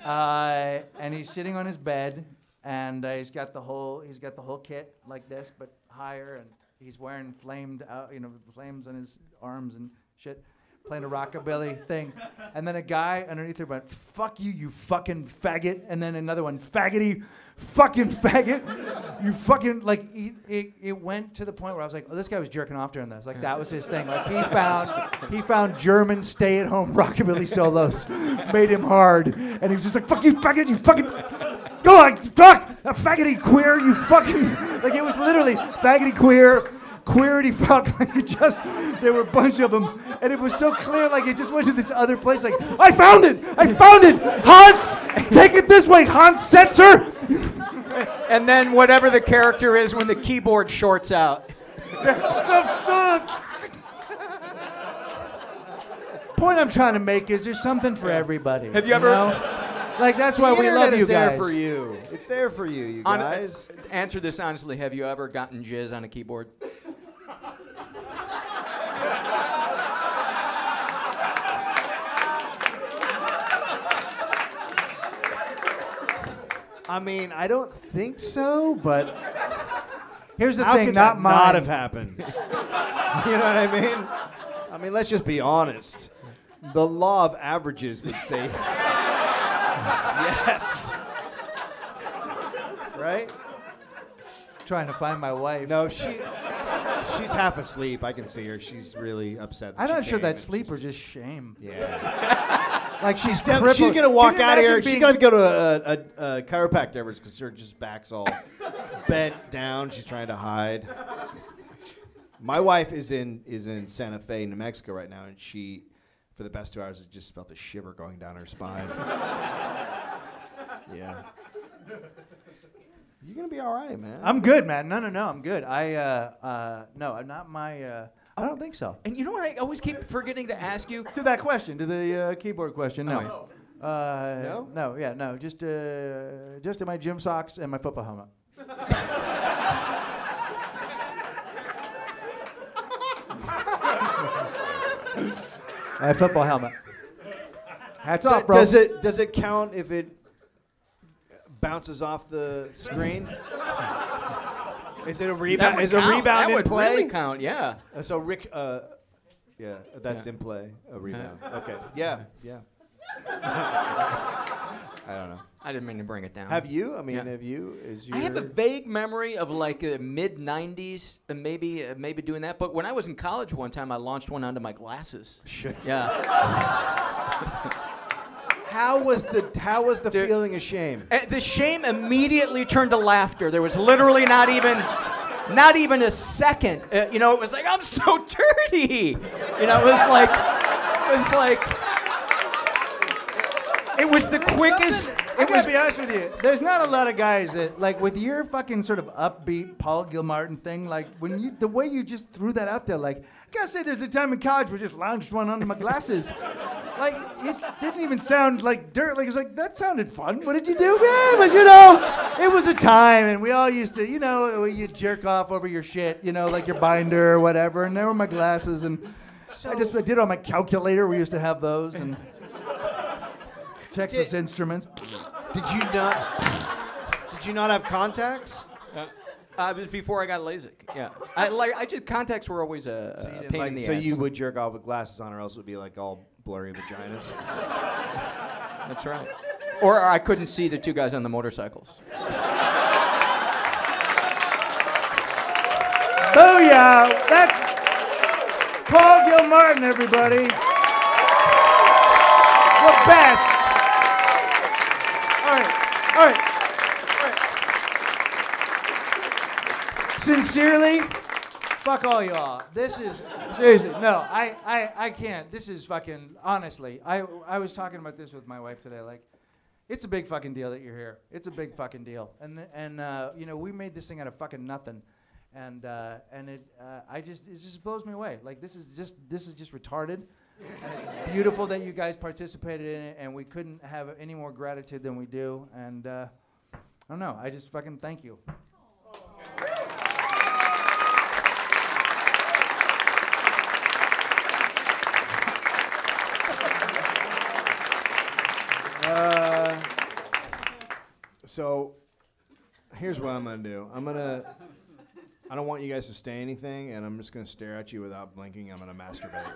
uh, and he's sitting on his bed, and uh, he's got the whole he's got the whole kit like this, but higher, and he's wearing flamed out, you know, flames on his arms and shit, playing a rockabilly thing, and then a guy underneath there went, "Fuck you, you fucking faggot," and then another one, "Faggoty." Fucking faggot, you fucking like he, it, it went to the point where I was like, oh, this guy was jerking off during this. Like that was his thing. Like he found he found German stay-at-home rockabilly solos, made him hard, and he was just like, "Fuck you, faggot! You fucking go on, fuck a faggoty queer! You fucking like it was literally faggoty queer, queerity fuck! Like it just there were a bunch of them, and it was so clear. Like it just went to this other place. Like I found it! I found it! Hans, take it this way, Hans Setzer! And then whatever the character is when the keyboard shorts out. Point I'm trying to make is there's something for everybody. Have you ever- know? Like that's why the we internet love is you there guys. for you. uh, It's there for you, you On- guys. answer this honestly. Have you ever gotten jizz on a keyboard? I mean, I don't think so, but Here's the how thing, could not that mine. not have happened? you know what I mean? I mean, let's just be honest. The law of averages would say yes. Right? trying to find my wife. No, she she's half asleep. I can see her. She's really upset. that I'm she not sure came. that's sleep or just shame. Yeah. Like she's She's crippled. gonna Can walk you out of here. imagine being- she's gonna go to a, a, a chiropractor because her just back's all bent down. She's trying to hide. My wife is in is in Santa Fe, New Mexico, right now, and she, for the past two hours, just felt a shiver going down her spine. yeah. You're gonna be all right, man. I'm good, man. No, no, no. I'm good. I uh, uh, no, I'm not my. Uh, I don't think so. And you know what I always keep forgetting to ask you? To that question, to the uh, keyboard question, no. Uh, Oh, No? No. Yeah. No. Just uh, just in my gym socks and my football helmet. my football helmet. Hats off, bro. Does it does it count if it bounces off the screen? is it a That rebound? would Is a count. rebound that in would play? really count, yeah. Uh, so Rick, uh, yeah, that's in play. A rebound. Okay. Yeah. Yeah. I don't know. I didn't mean to bring it down. Have you? I mean, Yeah. have you? Is your I have a vague memory of like uh, mid '90s, uh, maybe uh, maybe doing that. But when I was in college one time, I launched one onto my glasses. Shit. Yeah, How was the How was the Dude. feeling of shame? And the shame immediately turned to laughter. There was literally not even, not even a second. Uh, you know, it was like I'm so dirty. You know, it was like, it was like, it was the quickest. I It gotta was be honest with you. There's not a lot of guys that like with your fucking sort of upbeat Paul Gilmartin thing. Like when you the way you just threw that out there, like I gotta say, there's a time in college where I just lounged one under my glasses. like it didn't even sound like dirt. Like it was like that sounded fun. What did you do? Yeah, but you know, it was a time, and we all used to, you know, you jerk off over your shit, you know, like your binder or whatever. And there were my glasses, and I just I did it on my calculator. We used to have those and. Texas Did- Instruments. Did you not? Did you not have contacts? uh, it was before I got LASIK. Yeah, I like I just contacts were always a, So, you a didn't Uh, pain like- in the so ass. you would jerk off with glasses on, or else it would be like all blurry vaginas. That's right. Or I couldn't see the two guys on the motorcycles. Booyah! That's Paul Gilmartin, everybody. The best. All right, all right. Sincerely, fuck all y'all. This is seriously no. I, I I can't. This is fucking honestly. I I was talking about this with my wife today. Like, it's a big fucking deal that you're here. It's a big fucking deal. And th- and uh, you know we made this thing out of fucking nothing, and uh, and it uh, I just it just blows me away. Like this is just this is just retarded. And it's beautiful that you guys participated in it, and we couldn't have any more gratitude than we do. And uh, I don't know. I just fucking thank you. So here's what I'm gonna do. I'm gonna. I don't want you guys to say anything, and I'm just gonna stare at you without blinking. I'm gonna masturbate.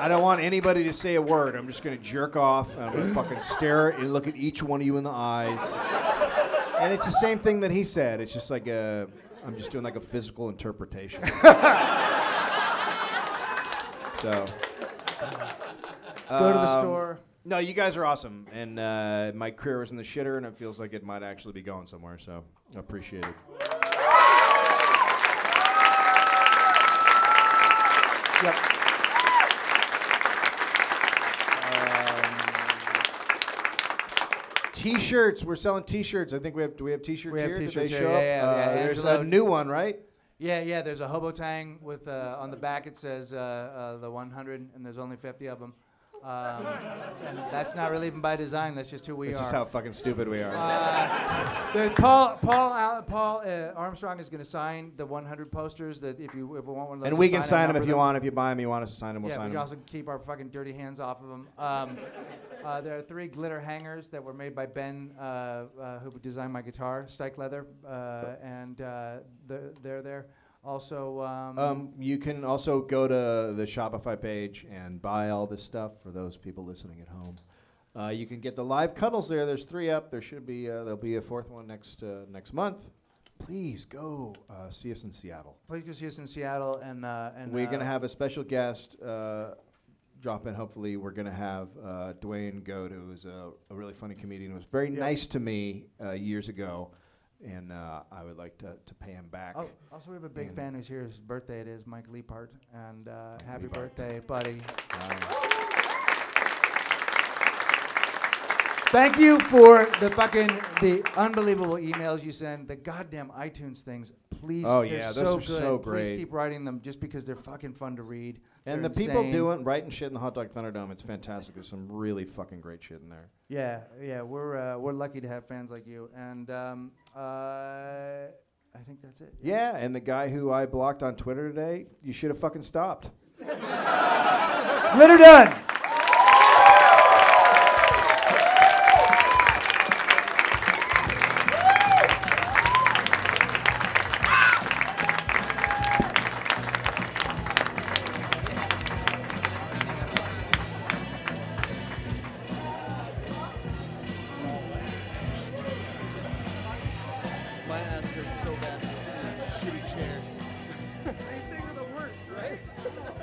I don't want anybody to say a word. I'm just gonna jerk off. And I'm gonna fucking stare and look at each one of you in the eyes. And it's the same thing that he said. It's just like a. I'm just doing like a physical interpretation. so. Go to the um, store. No, you guys are awesome, and uh, my career was in the shitter, and it feels like it might actually be going somewhere. So I appreciate it. Yep. Um, T-shirts. We're selling T-shirts. I think we have. Do we have T-shirts We have here? Did t-shirts they here, show up? yeah, yeah, Uh, yeah. There's Angelo- a new one, right? Yeah, yeah. There's a hobo tang with uh, on the back it says uh, uh, the 100, and there's only 50 of them. Um, and that's not really even by design. That's just who we are. That's Uh, just how fucking stupid we are. There- Paul Paul Al- Paul uh, Armstrong is going to sign the 100 posters that if you if we want one of those and to we can sign them number if you want. If you buy them, you want us to sign them, we'll Yeah, sign we can them. also keep our fucking dirty hands off of them. Um, uh, there are three glitter hangers that were made by Ben, uh, uh, who designed my guitar, Stike Leather, uh, and uh, the, they're there. Also, um, um, you can also go to the Shopify page and buy all this stuff for those people listening at home. Uh, you can get the live cuddles there. There's three up. There should be uh, there'll be a fourth one next uh, next month. Please go uh, see us in Seattle. please go see us in Seattle, and uh, and We're uh, gonna have a special guest uh, drop in. Hopefully, we're gonna have uh, Dwayne Goad, who is a, a really funny comedian. who was very nice to me uh, years ago, and uh, I would like to, to pay him back. Oh, also, we have a big And- fan who's here. His birthday it is, Mike Leapart, and uh, happy birthday, buddy. Um, Thank you for the fucking the unbelievable emails you send. The goddamn iTunes things, please. Oh, they're yeah, those so are good. so Please great. keep writing them, just because they're fucking fun to read. And They're the people insane. doing writing shit in the Hot Dog Thunderdome, it's fantastic. There's some really fucking great shit in there. Yeah, yeah, we're uh, we're lucky to have fans like you, and um, uh, I think that's it. Yeah, and the guy who I blocked on Twitter today, you should have fucking stopped. Glitter done. My ass hurts so bad from sitting in this shitty chair. These things are the worst, right?